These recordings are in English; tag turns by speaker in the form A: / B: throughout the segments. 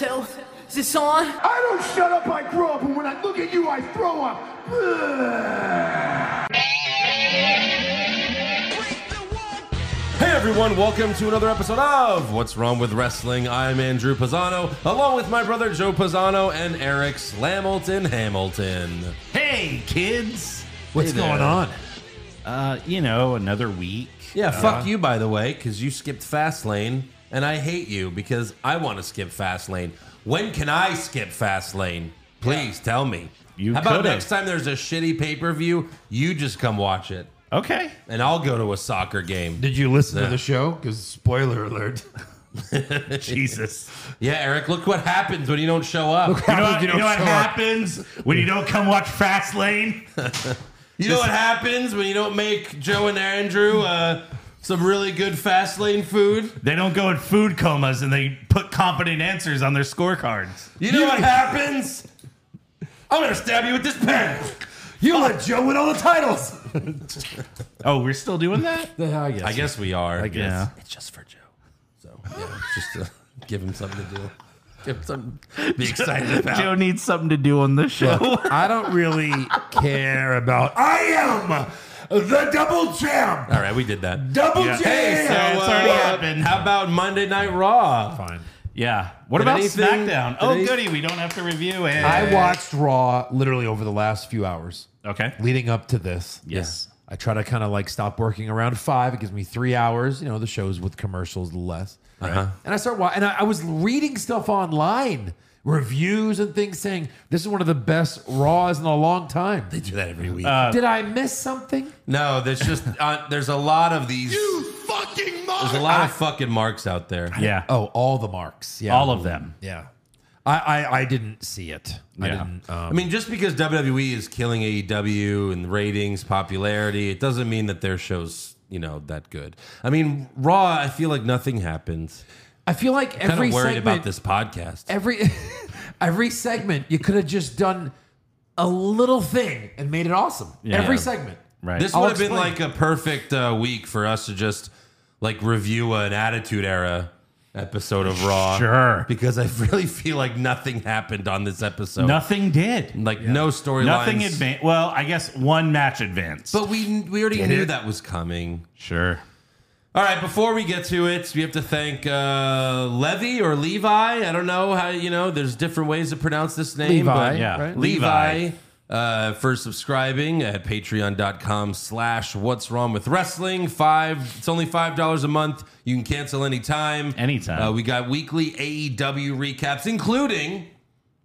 A: Oh,
B: this on?
C: I don't shut up, I grow up, and when I look at you, I throw up.
D: Hey everyone, welcome to another episode of What's Wrong with Wrestling. I'm Andrew Pisano, along with my brother Joe Pisano and Eric Slamilton Hamilton.
E: Hey, kids. What's
D: there.
E: going on? Uh-huh. Uh, you know, another week.
D: Yeah, fuck you by the way, because you skipped fast lane, and I hate you because I want to skip fast lane. When can I skip fast lane? Please tell me.
E: You
D: How about
E: could've.
D: next time there's a shitty pay per view, you just come watch it,
E: Okay.
D: and I'll go to a soccer game.
F: Did you listen to the show? Because spoiler alert.
E: Jesus.
D: Yeah, Eric, look what happens when you don't show up.
E: You know what,
F: You
E: you know what
F: don't show up.
E: happens when you don't come watch Fast Lane?
D: You know what happens when you don't make Joe and Andrew uh, some really good fast lane food?
E: They don't go in food comas and they put competent answers on their scorecards.
D: You know what happens? I'm gonna stab you with this pen.
F: You let Joe win all the titles.
E: Oh, we're still doing that?
F: I guess.
D: I guess we are. I
E: guess. Yeah.
D: It's just for Joe. So yeah, just to give him something to do. Give him something to be excited about.
E: Joe needs something to do on the show.
F: I don't really care about. I am the double champ.
D: All right, we did that.
F: Double
E: Yeah.
F: champ.
D: Hey, so
E: Yeah, it's already
D: uh,
E: happened.
D: How about Monday Night Raw?
F: Fine.
E: yeah. What
D: Did
E: about
D: anything-
E: SmackDown?
D: did
E: Oh,
D: any-
E: goody. We don't have to review it.
F: I watched Raw literally over the last few hours
E: Okay.
F: leading up to this.
E: Yes.
F: I try to kind of like stop working around five. It gives me three hours. You know, the shows with commercials, the less. And I start watching, and I, I was reading stuff online, reviews and things saying this is one of the best Raws in a long time. Uh,
D: They do that every week.
F: Did I miss something?
D: no, there's just uh, there's a lot of these.
C: fucking
D: There's a lot of fucking marks out there.
E: Yeah.
F: Oh, all the marks. Yeah,
E: All of them.
F: Yeah, I I, I didn't see it. I
E: Yeah.
F: didn't. Um,
D: I mean, just because WWE is killing AEW and ratings, popularity, it doesn't mean that their show's you know that good. I mean, Raw, I feel like nothing happens.
F: I feel like
D: Kind
F: every
D: of worried
F: segment,
D: about this podcast.
F: every every segment, you could have just done a little thing and made it awesome. Every segment.
E: Right.
D: This
F: I'll
D: would have been
F: explain.
D: like a perfect uh, week for us to just like review an Attitude Era episode of Raw.
E: Sure.
D: Because I really feel like nothing happened on this episode.
E: Nothing did.
D: Like no storylines.
E: Nothing advanced. Well, I guess one match advanced.
D: But we we already knew
E: it?
D: that was coming.
E: sure.
D: All right, before we get to it, we have to thank uh, Levy or Levi. I don't know how you know. There's different ways to pronounce this name.
F: Levi,
D: but-
E: yeah. right?
D: Levi. Uh, for subscribing at patreon.com slash what's wrong with wrestling five it's only five dollars a month you can cancel anytime
E: Anytime.
D: uh, we got weekly aew recaps including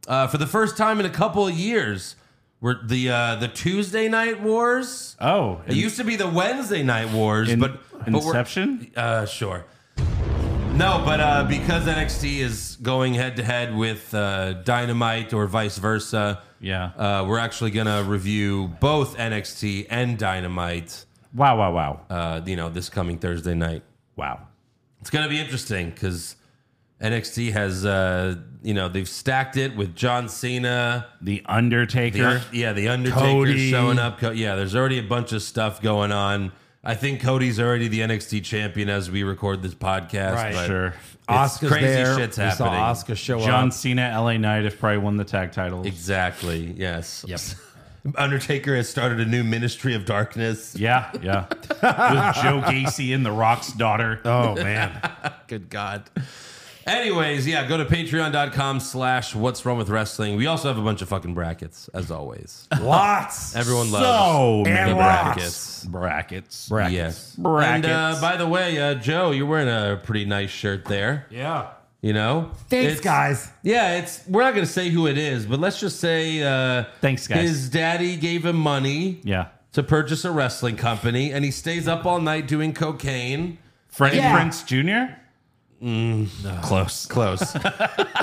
D: uh, for the first time in a couple of years were the uh, the tuesday night wars
E: Oh,
D: it used to be the wednesday night wars
E: in-
D: but but we're-
E: Inception?
D: uh, sure. No, but uh, because NXT is going head to head with uh, Dynamite or vice versa,
E: Yeah.
D: uh, we're actually gonna review both NXT and Dynamite.
E: wow, wow, wow.
D: Uh, you know, this coming Thursday night,
E: wow.
D: it's gonna be interesting because NXT has uh, you know they've stacked it with John Cena,
E: The Undertaker.
D: the, yeah, the Undertaker
E: Cody.
D: showing up. Co- Yeah, there's already a bunch of stuff going on. I think Cody's already the NXT champion as we record this podcast.
F: Right.
D: but-
E: sure.
D: It's
F: Oscar's
D: crazy
F: there.
D: shit's
F: we
D: happening.
F: saw Oscar show
E: John
F: up.
E: Cena, LA Knight have probably won the tag titles.
D: Exactly. Yes.
F: Yep.
D: Undertaker has started a new ministry of darkness.
E: yeah, yeah. With Joe Gacy and The Rock's daughter.
F: Oh man,
D: Good God. Anyways, yeah, go to patreon.com slash what's wrong with wrestling. We also have a bunch of fucking brackets, as always.
F: lots.
D: Everyone loves
E: so
D: the
E: many
D: brackets.
E: brackets.
F: Brackets.
D: Yes.
E: Brackets.
D: And uh, by the way, uh, Joe, you're wearing a pretty nice shirt there.
F: Yeah.
D: You know?
F: Thanks,
D: It's-
F: guys.
D: Yeah, it's we're not gonna say who it is, but let's just say uh
E: Thanks, guys.
D: his daddy gave him money.
E: Yeah.
D: to purchase a wrestling company, and he stays up all night doing cocaine.
E: Freddie
F: Yeah.
E: Prince Jr. Close.
D: Mm, Close.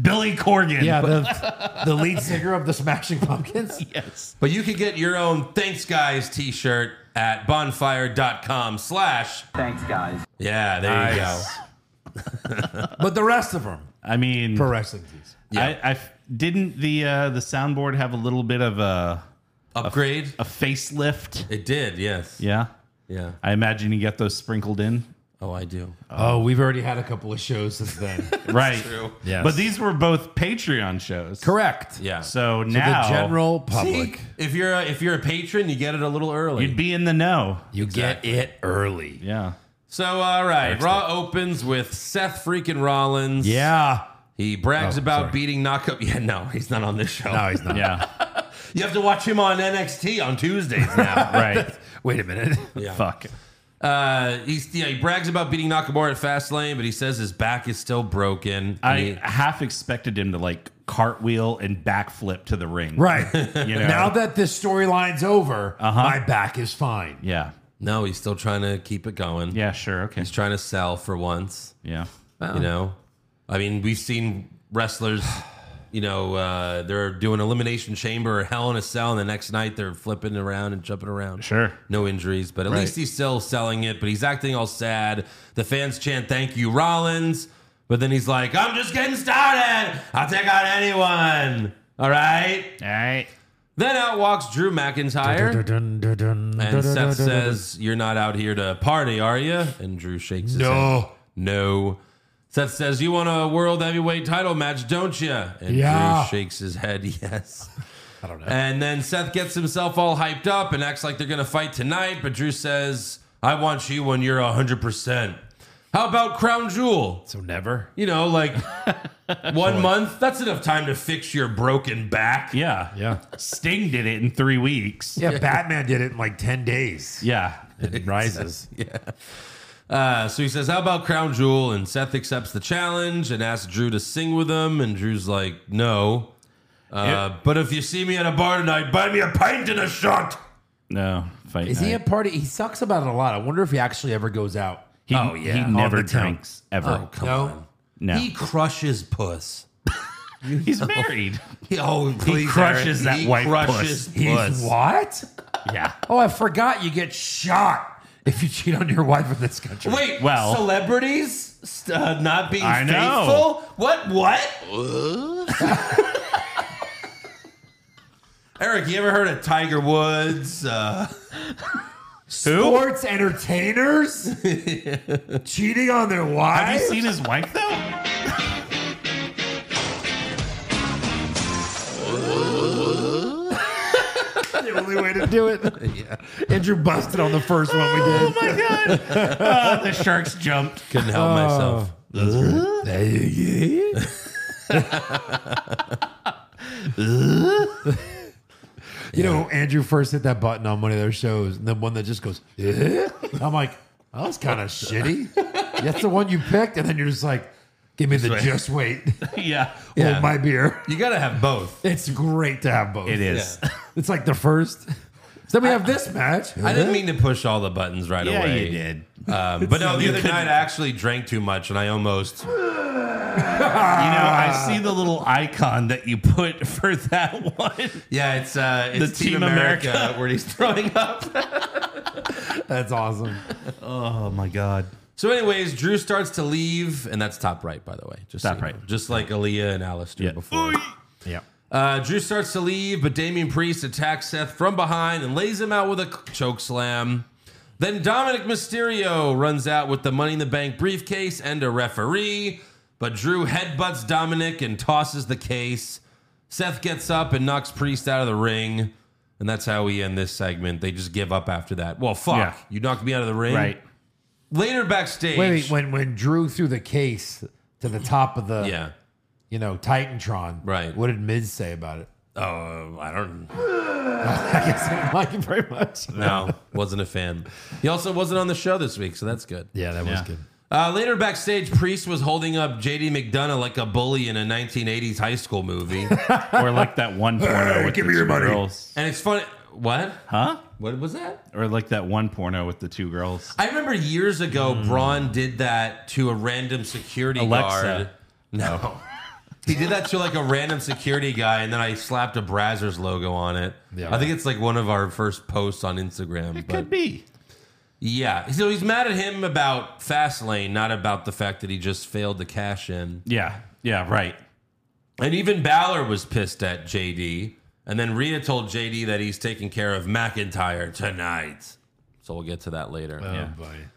E: Billy Corgan.
F: Yeah, the, the lead singer of the Smashing Pumpkins.
E: Yes.
D: but you can get your own Thanks Guys t-shirt at bonfire.com slash.
G: Thanks, guys.
D: Yeah, there you
F: But the rest of them,
E: I mean,
F: pro wrestling tees.
E: I, I f- didn't the uh, the soundboard have a little bit of a
D: go. Upgrade.
E: a facelift?
D: It did, yes.
E: Yeah.
D: Yeah.
E: I imagine you got those sprinkled in.
D: Oh, I do.
F: Oh, we've already had a couple of shows since then.
E: right.
D: true.
F: Yes.
E: But these were both Patreon shows.
F: Correct.
D: Yeah.
E: So
F: To
E: now
F: the general
D: See,
F: public,
D: if you're a, if you're a patron, you get it a little early.
E: you'd be in the know.
F: you get it early.
E: Yeah.
D: so all right, Raw opens with Seth freaking Rollins.
F: Yeah.
D: He brags
F: Oh,
D: about
F: sorry.
D: beating knockup. Yeah, no, he's not on this show.
F: No, he's not.
E: Yeah.
D: You have to watch him on NXT on Tuesdays now.
E: right.
F: Wait a minute.
D: Yeah.
E: Fuck.
D: Uh, he's, yeah, he brags about beating Nakamura at Fastlane, but he says his back is still broken.
E: I
D: And he-
E: half expected him to like cartwheel and backflip to the ring.
F: Right.
E: You know? Uh-huh.
F: Now that this storyline's over, my back is fine.
E: Yeah.
D: no, he's still trying to keep it going.
E: Yeah. Sure. Okay.
D: He's trying to sell for once.
E: Yeah.
D: You know, I mean, we've seen wrestlers. You know, uh, they're doing elimination chamber or Hell in a Cell, and the next night they're flipping around and jumping around.
E: Sure.
D: no injuries, but at least he's still selling it. But he's acting all sad. The fans chant "Thank you, Rollins," but then he's like, "I'm just getting started. I'll take on anyone." All right.
E: All right.
D: Then out walks Drew McIntyre. And Seth says, You're not out here to party, are you? And Drew shakes his head.
F: No.
D: No. Seth says, You want a world heavyweight title match, don't you? And
F: Yeah.
D: Drew shakes his head, Yes.
F: I don't know.
D: And then Seth gets himself all hyped up and acts like they're going to fight tonight. But Drew says, I want you when you're 100%. How about Crown Jewel?
F: so never.
D: You know, like one month, that's enough time to fix your broken back.
E: Yeah.
F: Yeah.
E: Sting did it in three weeks.
F: Yeah, Batman did it in like 10 days.
E: Yeah.
F: It rises.
D: Uh, so he says, How about Crown Jewel? And Seth accepts the challenge and asks Drew to sing with him. And Drew's like, No. Uh, But if you see me at a bar tonight, buy me a pint and a shot.
E: No. Fight.
F: Is he a
E: night.
F: party? He sucks about it a lot. I wonder if he actually ever goes out.
E: He,
D: Oh, yeah.
E: He
D: All
E: never
F: the time.
E: drinks ever.
D: Oh, come
F: No.
D: on.
E: No.
D: He crushes puss.
E: He's married.
D: He, oh, please,
E: crushes
D: Eric.
E: that white
D: crushes
E: puss.
F: He's
D: puss.
F: what?
E: yeah.
F: Oh, I forgot you get shot if you cheat on your wife in this country.
D: Wait,
E: Well-
D: celebrities st- uh, not being
E: I know.
D: faithful? What? What? Eric, you ever heard of Tiger Woods? Uh,
E: Who?
F: Sports entertainers cheating on their wives?
E: Have you seen his wife though?
F: the only way to do it? Andrew busted on the first one we did.
E: Oh my god. Uh, the sharks jumped.
D: couldn't help
F: Oh.
D: myself.
F: You know, Andrew first hit that button on one of their shows, and then one that just goes, "Eh?" I'm like, oh, that's kind of shitty. That's the one you picked, and then you're just like, give me the
D: wait.
F: just wait,
E: Yeah.
D: Yeah.
F: hold my beer.
D: You gotta have both.
F: It's great to have both.
E: It is.
F: It's like the first. So we have this match.
D: I didn't mean to push all the buttons right
E: Yeah,
D: away.
E: you did.
D: Um, but no, the other night I actually drank too much and I almost.
E: You know, I see the little icon that you put for that one.
D: Yeah, it's uh, it's
E: The
D: Team,
E: Team
D: America,
E: America.
D: where he's throwing up.
F: That's awesome.
E: Oh my god.
D: So, anyways, Drew starts to leave, and that's top right, by the way. Just so
E: Top
D: you
E: right.
D: know. just like Aaliyah and Alistair
E: Yeah.
D: before.
F: Yeah.
D: Uh, Drew starts to leave, but Damian Priest attacks Seth from behind and lays him out with a choke slam. Then Dominic Mysterio runs out with the Money in the Bank briefcase and a referee, but Drew headbutts Dominic and tosses the case. Seth gets up and knocks Priest out of the ring, and that's how we end this segment. They just give up after that. Well, fuck,
E: Yeah.
D: you knocked me out of the ring.
E: Right.
D: Later backstage,
F: Wait, wait, when when Drew threw the case to the top of the
D: yeah.
F: you know Titantron,
D: Right.
F: What did Miz say about it?
D: Oh, I don't.
F: I guess I didn't like it very much.
D: No, wasn't a fan. He also wasn't on the show this week, so that's good.
F: Yeah, that was
E: Yeah.
F: good.
D: Uh, later backstage, Priest was holding up JD McDonough like a bully in a 1980s high school movie.
E: Or like that one porno with
F: give
E: the
F: me your
E: two
F: money.
E: girls.
D: and it's funny. What?
E: Huh?
D: What was that?
E: Or like that one porno with the two girls.
D: I remember years ago, Braun did that to a random security
E: Hmm. Alexa.
D: guard. No. he did that to like a random security guy, and then I slapped a Brazzers logo on it.
F: Yeah.
D: I think it's like one of our first posts on Instagram. but-
E: Could be.
D: Yeah. So he's mad at him about Fastlane, not about the fact that he just failed to cash in.
E: Yeah. Yeah, right.
D: And even Balor was pissed at JD. And then Rhea told JD that he's taking care of McIntyre tonight. So we'll get to that later.
F: oh,
E: Yeah.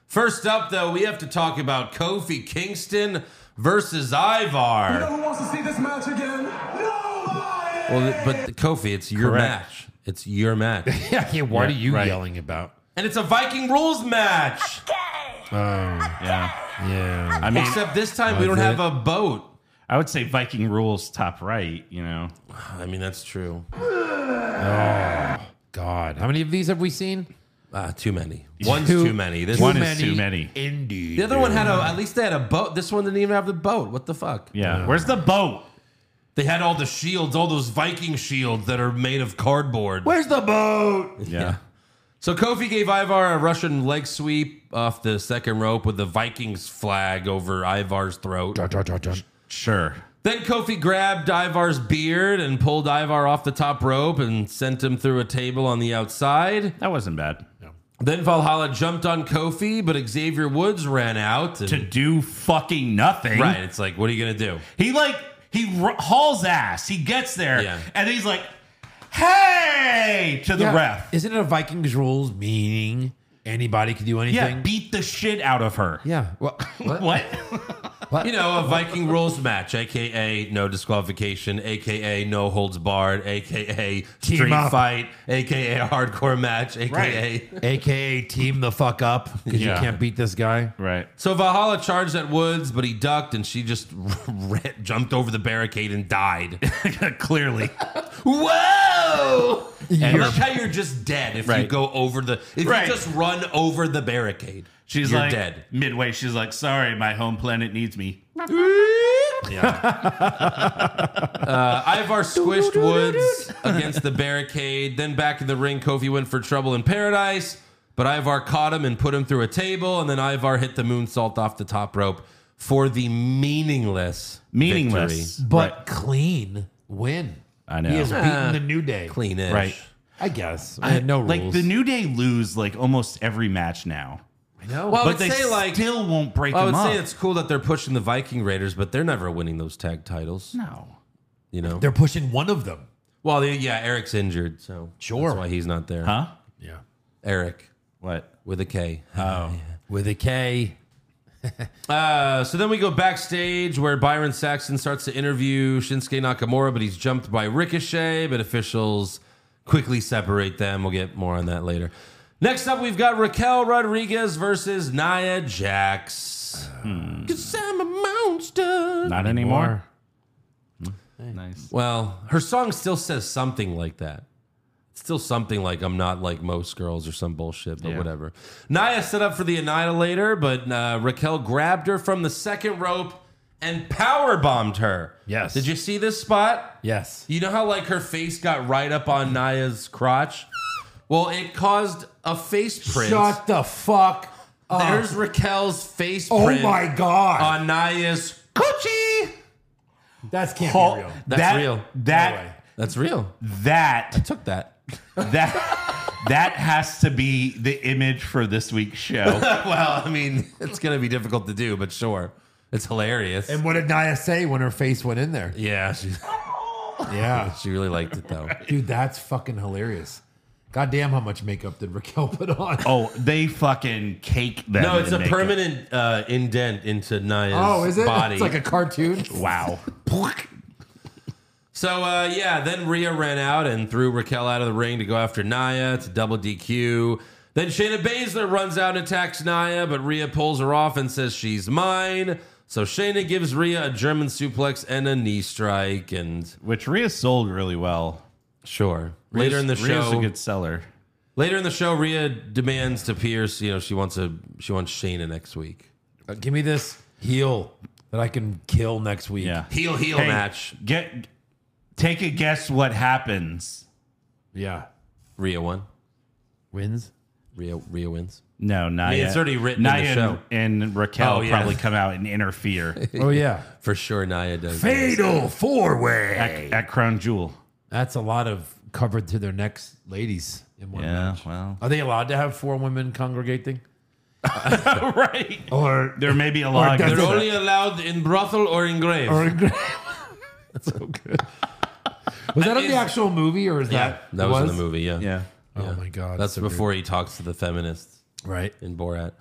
D: First up, though, we have to talk about Kofi Kingston versus Ivar.
C: who wants to see this match again? Nobody!
D: Well, th- but Kofi, it's your
E: Correct.
D: match. It's your match.
F: Yeah, yeah. What
E: Yeah,
F: are you
E: right.
F: yelling about?
D: and it's a Viking rules match.
E: Yeah.
F: Yeah.
E: I mean,
D: Except this time we don't
F: it.
D: have a boat.
E: I would say Viking rules top right, you know.
D: I mean, that's true.
F: God, how many of these have we seen?
D: Uh, too many. One's
F: Too-
D: too many. This
E: One is too many.
F: Indeed.
D: the other one had a. At least they had a boat. This one didn't even have the boat. What the fuck?
E: Yeah. Where's the boat?
D: They had all the shields, all those Viking shields that are made of cardboard.
F: Where's the boat?
E: Yeah.
D: So Kofi gave Ivar a Russian leg sweep off the second rope with the Vikings flag over Ivar's throat.
E: Sure.
D: Then Kofi grabbed Ivar's beard and pulled Ivar off the top rope and sent him through a table on the outside.
E: That wasn't bad.
D: Then Valhalla jumped on Kofi, but Xavier Woods ran out. and-
E: To do fucking nothing.
D: right, it's like, what are you gonna do?
E: He like he r- hauls ass. He gets there
D: Yeah.
E: and he's like, "Hey!" to the ref.
F: Isn't it a Vikings rules meaning anybody can do
E: Yeah,
F: anything?
E: beat the shit out of her.
F: yeah. Well, what?
E: What?
D: You know, a Viking rules match, aka no disqualification, aka no holds barred, aka
F: Team
D: street
F: up.
D: fight, aka hardcore match, aka.
F: AKA team the fuck up because
E: Yeah.
F: you can't beat this guy.
E: Right.
D: So Valhalla charged at Woods, but he ducked and she just ran, jumped over the barricade and died.
E: Clearly.
D: Whoa! And
F: You're-
D: look how you're just dead if you
E: Right.
D: go over the if
E: Right.
D: you just run over the barricade.
E: She's
D: you're
E: like
D: dead.
E: midway. She's like, "Sorry, my home planet needs me."
D: Uh, Ivar squished Woods against the barricade. Then back in the ring, Kofi went for trouble in paradise, but Ivar caught him and put him through a table. And then Ivar hit the moonsault off the top rope for the meaningless,
E: Meaningless.
D: victory.
F: But clean win.
E: I know.
F: He has
D: Ah.
F: beaten the new day.
D: clean-ish.
E: Right.
F: I guess. I, no rules.
E: Like the New Day lose like almost every match now,
F: I know.
D: Well, I would
E: but they
D: say like
E: still won't break
D: I
E: them
D: would
E: up.
D: say it's cool that they're pushing the Viking Raiders, but they're never winning those tag titles.
E: no.
D: You know.
F: they're pushing one of them.
D: well, they, yeah, Eric's injured, so
F: Sure.
D: that's why he's not there.
E: Huh?
F: Yeah.
D: Eric
E: What?
D: with a K.
F: With a K.
D: Oh. Uh, so then we go backstage where Byron Saxon starts to interview Shinsuke Nakamura, but he's jumped by Ricochet, but officials quickly separate them. We'll get more on that later. Next up, we've got Raquel Rodriguez versus Nia Jax. Cause I'm a monster.
E: Not anymore. Nice.
D: Well, her song still says something like that. It's still something like I'm not like most girls or some bullshit, but
E: Yeah.
D: whatever. Naya set up for the annihilator, but uh, Raquel grabbed her from the second rope and power bombed her.
F: Yes.
D: Did you see this spot?
F: Yes.
D: You know how like her face got right up on Naya's crotch? Well, it caused a face print.
F: Shut the fuck up.
D: There's Raquel's face
F: oh
D: print
F: my God.
D: on Naya's coochie.
F: That's can't
E: Paul-
F: be real.
D: That's
E: that,
D: real.
F: way.
E: That
D: That's real.
E: that
D: Took that.
E: that that has to be the image for this week's show.
D: Well, I mean, it's going to be difficult to do, but sure. It's hilarious.
F: And what did Naya say when her face went in there?
D: yeah, she,
F: Yeah.
D: she really liked it though.
F: Dude, that's fucking hilarious. God damn, how much makeup did Raquel put on?
E: oh, they fucking cake that.
D: No, it's a permanent uh, indent into Naya's
F: Oh, is it?
D: body.
F: It's like a cartoon.
E: Wow.
D: so, uh, yeah, then Rhea ran out and threw Raquel out of the ring to go after Naya. It's a double DQ. Then Shayna Baszler runs out and attacks Naya, but Rhea pulls her off and says she's mine. So Shayna gives Rhea a German suplex and a knee strike. And
E: Which Rhea sold really well.
D: sure, later in the
E: Rhea's
D: show,
E: a good seller.
D: Later in the show, Rhea demands to Pierce. You know, she wants a she wants Shayna next week.
F: Uh, Give me this heel that I can kill next week.
E: Yeah.
D: Heel heel
E: Hey,
D: match.
E: Get take a guess what happens.
F: Yeah.
D: Rhea won.
F: Wins.
D: Rhea Rhea wins.
E: No, Naya.
D: it's already written in
E: Naya
D: the show.
E: And, and Raquel
D: Oh, yeah.
E: probably come out and interfere
F: Oh, yeah.
D: For sure, Nia does.
F: Fatal four way.
E: at Crown Jewel.
F: That's a lot of covered to their necks ladies in one
E: Yeah,
F: match.
E: well,
F: Are they allowed to have four women congregating?
E: right.
F: Or
E: There may be a law.
F: does
E: against
D: They're
F: it-
E: that.
D: only allowed in brothel or in grave.
F: Or so good. Was that in the
D: Is-
F: actual movie, or is that
D: that was, in the movie. Yeah,
E: Yeah.
F: Oh my god,
D: That's
F: so
D: before he talks to the feminists.
F: Right.
D: in Borat.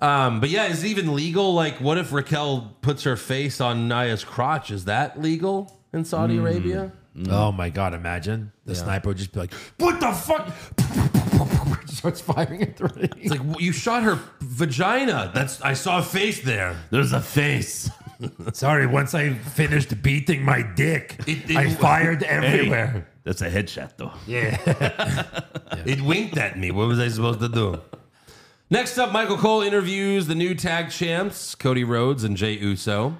D: Um, but yeah, is it even legal? Like, what if Raquel puts her face on Naya's crotch? Is that legal in Saudi Arabia?
F: Oh my god! Imagine the sniper would just be like, "What the fuck?" Starts firing at the
D: It's like w- you shot her vagina. That's I saw a face there.
E: There's a face.
F: Sorry, once I finished beating my dick,
D: It- it-
F: I fired
E: Hey,
F: everywhere.
E: that's a headshot, though.
D: It winked at me. What was I supposed to do? Next up, Michael Cole interviews the new tag champs, Cody Rhodes and Jay Uso.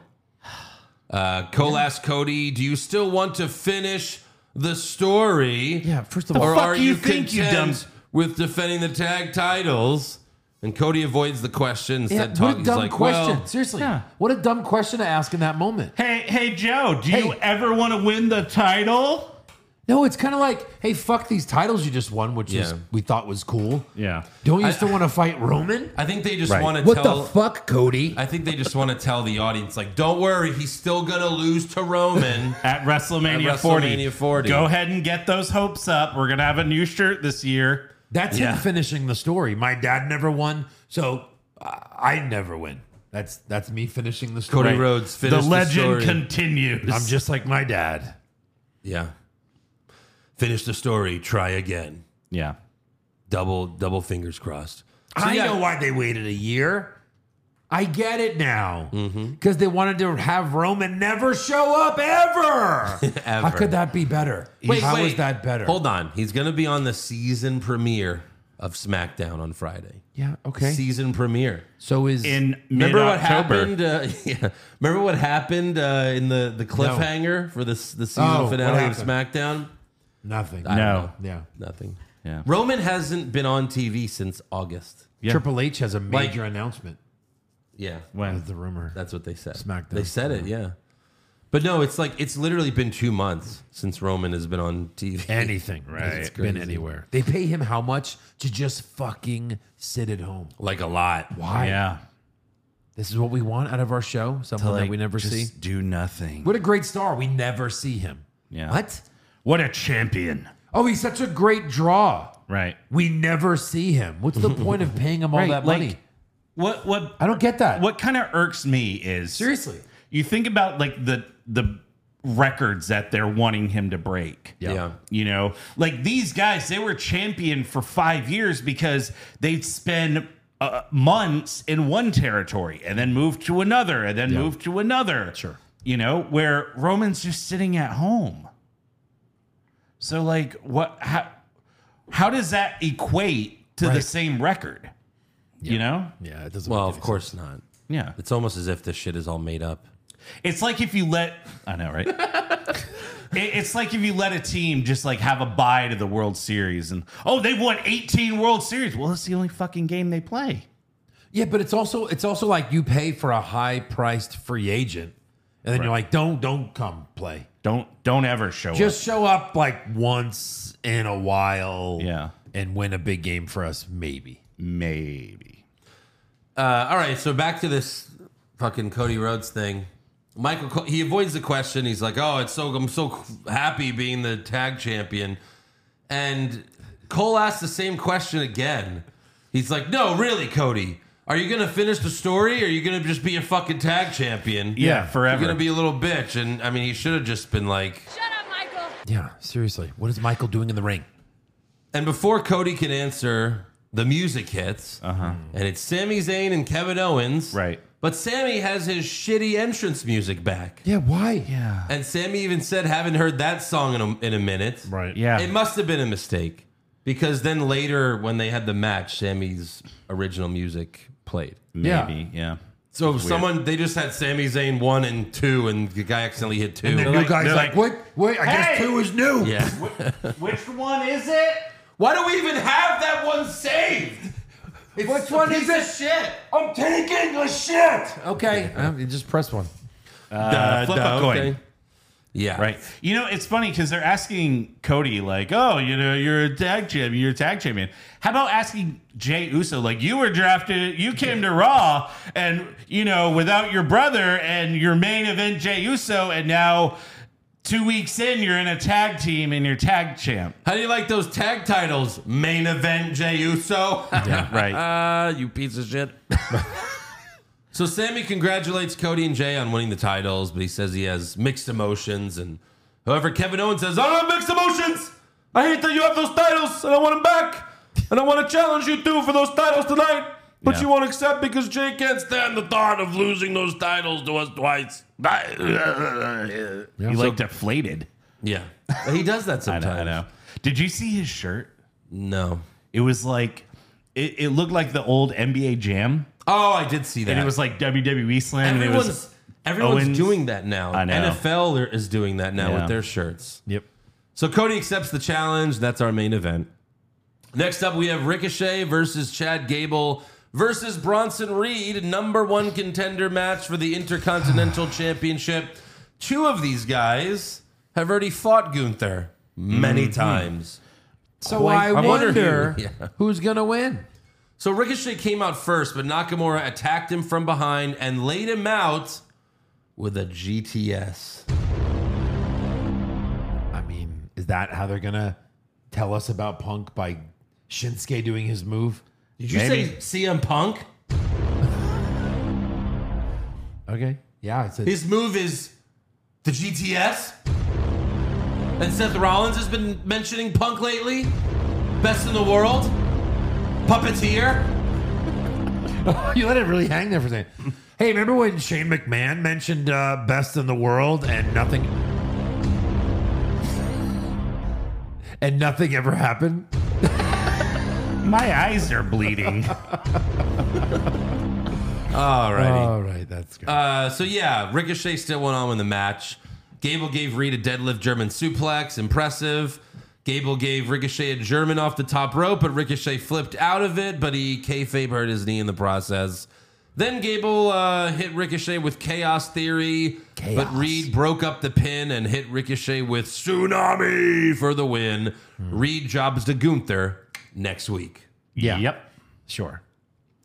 D: Uh, Cole asks Cody, "Do you still want to finish the story?"
F: Yeah, first of all-
D: or
E: fuck
D: are
E: you
D: you
E: think, you dumb-
D: content with defending the tag titles? And Cody avoids the question. Instead,
F: what
D: talking
F: a
D: he's
F: dumb
D: like,
F: question.
D: "Well,
F: Seriously,
E: yeah.
F: what a dumb question to ask in that moment.
E: Hey, hey, Joe, do you
F: Hey.
E: ever want to win the title?
F: No, it's kind of like, hey, fuck these titles you just won, which is
D: Yeah.
F: we thought was cool.
E: Yeah.
F: Don't you still want to fight Roman?
D: I think they just
E: Right.
D: want to
F: What
D: tell.
F: the fuck, Cody?
D: I think they just want to tell the audience, like, don't worry, he's still gonna lose to Roman.
E: At WrestleMania,
D: At WrestleMania
E: 40.
D: 40.
E: Go ahead and get those hopes up. We're going to have a new shirt this year.
F: That's
E: Yeah.
F: him finishing the story. My dad never won, so uh, I, I never win. That's that's me finishing the story.
D: Cody Rhodes
E: The
D: finished the
E: legend
D: story.
E: continues.
F: I'm just like my dad.
D: yeah. Finish the story. Try again.
E: yeah.
D: Double double fingers crossed. So,
F: I
D: yeah,
F: know why they waited a year. I get it now. Because
D: Mm-hmm.
F: they wanted to have Roman never show up ever. How
D: Ever.
F: could that be better?
D: Wait,
F: How
D: wait.
F: is that better?
D: Hold on. He's gonna be on the season premiere of SmackDown on Friday.
F: yeah, okay.
D: Season premiere.
F: so is
E: In mid
D: Remember what
E: October.
D: happened? Uh, yeah. Remember what happened uh, in the, the cliffhanger for this the season
F: Oh, what
D: finale of
F: happened?
D: SmackDown?
F: nothing.
D: I don't
E: No.
D: know.
F: yeah.
D: Nothing.
E: Yeah.
D: Roman hasn't been on TV since August.
F: Triple H has a major announcement.
D: Yeah.
E: When?
F: That's the rumor.
D: That's what they said.
F: SmackDown.
D: They said it, yeah. But no, it's like it's literally been two months since Roman has been on TV.
F: Anything, right?
E: It's
F: been
D: crazy.
F: anywhere. They pay him how much to just fucking sit at home?
D: like a lot.
F: Why?
E: Yeah.
F: This is what we want out of our show. Someone that we never see.
E: Do nothing.
F: What a great star. We never see him.
E: Yeah.
F: What?
E: What a champion.
F: Oh, he's such a great draw.
E: Right.
F: We never see him. What's the point of paying him all that
E: like,
F: money?
E: What what
F: I don't get that.
E: what kind of irks me is
F: Seriously.
E: you think about like the the records that they're wanting him to break.
D: Yeah. Yeah.
E: You know, like these guys, they were champion for five years because they'd spend uh, months in one territory and then move to another and then move to another. Sure. You know, where Roman's just sitting at home. So, like, what, how, how does that equate to the
F: Right.
E: same record? You know?
F: Yeah, it doesn't.
D: Well, of course not.
E: Yeah.
D: It's almost as if this shit is all made up.
E: It's like if you let I know, right? It- it's like if you let a team just like have a bye to the World Series and oh, they won 18 World Series. Well, it's the only fucking game they play.
F: Yeah, but it's also it's also like you pay for a high priced free agent, and then you're like, don't don't come play.
E: Don't don't ever show
F: Just show up like once in a while.
E: Yeah.
F: and win a big game for us, maybe.
E: up. Maybe.
D: Uh, all right, so back to this fucking Cody Rhodes thing. Michael, Co- he avoids the question. He's like, "Oh, it's so I'm so happy being the tag champion," and Cole asks the same question again. He's like, "No, really, Cody, are you gonna finish the story? Or are you gonna just be a fucking tag champion?
E: Yeah, forever.
D: You're gonna be a little bitch." And I mean, he should have just been like.
B: Shut up, Michael.
F: Yeah, seriously, what is Michael doing in the ring?
D: And before Cody can answer, the music hits. And it's Sami Zayn and Kevin Owens.
E: Uh-huh. Right.
D: But Sammy has his shitty entrance music back.
F: Yeah, why?
E: Yeah.
D: And Sammy even said, haven't heard that song in a, in a minute.
F: Right.
E: Yeah.
D: It must have been a mistake because then later, when they had the match, Sammy's original music played.
E: Maybe. Yeah.
D: So someone, they just had Sami Zayn one and two, and the guy accidentally hit two.
F: You guys
E: they're
F: like,
E: like,
F: what? Wait, I guess
E: "Hey!"
F: two is new.
D: yeah.
E: Which one is it?
D: Why do we even have that one saved?
F: Which one is it?
D: Shit.
F: I'm taking a shit. Okay, um, you just press one.
E: Uh, flip a coin.
D: okay. Yeah.
E: Right. You know, it's funny because they're asking Cody, like, oh, you know, you're a tag champion, you're a tag champion. How about asking Jay Uso, like, you were drafted, you came to Raw, and, you know, without your brother and your main event, Jay Uso, and now Two weeks in, you're in a tag team and you're tag champ.
D: How do you like those tag titles? Main event Jey Uso.
E: Right.
D: Ah, you piece of shit. so Sammy congratulates Cody and Jay on winning the titles, but he says he has mixed emotions. And however, Kevin Owens says, I don't have mixed emotions. I hate that you have those titles, and I want them back. And I want to challenge you two for those titles tonight. But
E: Yeah.
D: you won't accept because Jay can't stand the thought of losing those titles to us twice.
E: You like deflated.
D: Yeah. He does that
E: I
D: sometimes.
E: know, I know. Did you see his shirt?
D: No.
E: It was like it, it looked like the old NBA Jam,
D: Oh, I did see that.
E: and it was like WWE Slam. and it
D: Everyone's
E: was
D: everyone's
E: Owens.
D: doing that now.
E: I know.
D: NFL are- is doing that now
E: Yeah.
D: with their shirts.
E: yep.
D: So Cody accepts the challenge. That's our main event. Next up, we have Ricochet versus Chad Gable versus Bronson Reed, number one contender match for the Intercontinental Championship. Two of these guys have already fought Gunther
E: Mm-hmm.
D: many times.
F: So
E: Quite-
F: I,
E: I
D: wonder
F: wonder
D: who- yeah.
F: who's going to win.
D: So Ricochet came out first, but Nakamura attacked him from behind and laid him out with a GTS.
F: I mean, is that how they're going to tell us about Punk by Shinsuke doing his move?
D: Did you
E: Maybe.
D: say CM Punk?
F: Okay. Yeah, I said
D: His move is the GTS. And Seth Rollins has been mentioning Punk lately. Best in the world. Puppeteer.
F: you let it really hang there for a second. Hey, remember when Shane McMahon mentioned uh, best in the world and nothing and nothing ever happened?
E: My eyes are bleeding.
D: Alrighty.
F: All right, that's good.
D: Uh, so yeah, Ricochet still went on in the match. Gable gave Reed a deadlift German suplex, impressive. Gable gave Ricochet a German off the top rope, but Ricochet flipped out of it, but he kayfabe hurt his knee in the process. Then Gable uh, hit Ricochet with Chaos Theory,
F: Chaos.
D: but Reed broke up the pin and hit Ricochet with Tsunami for the win. Reed jobs to Gunther next week,
F: yeah.
E: Yep.
F: Sure.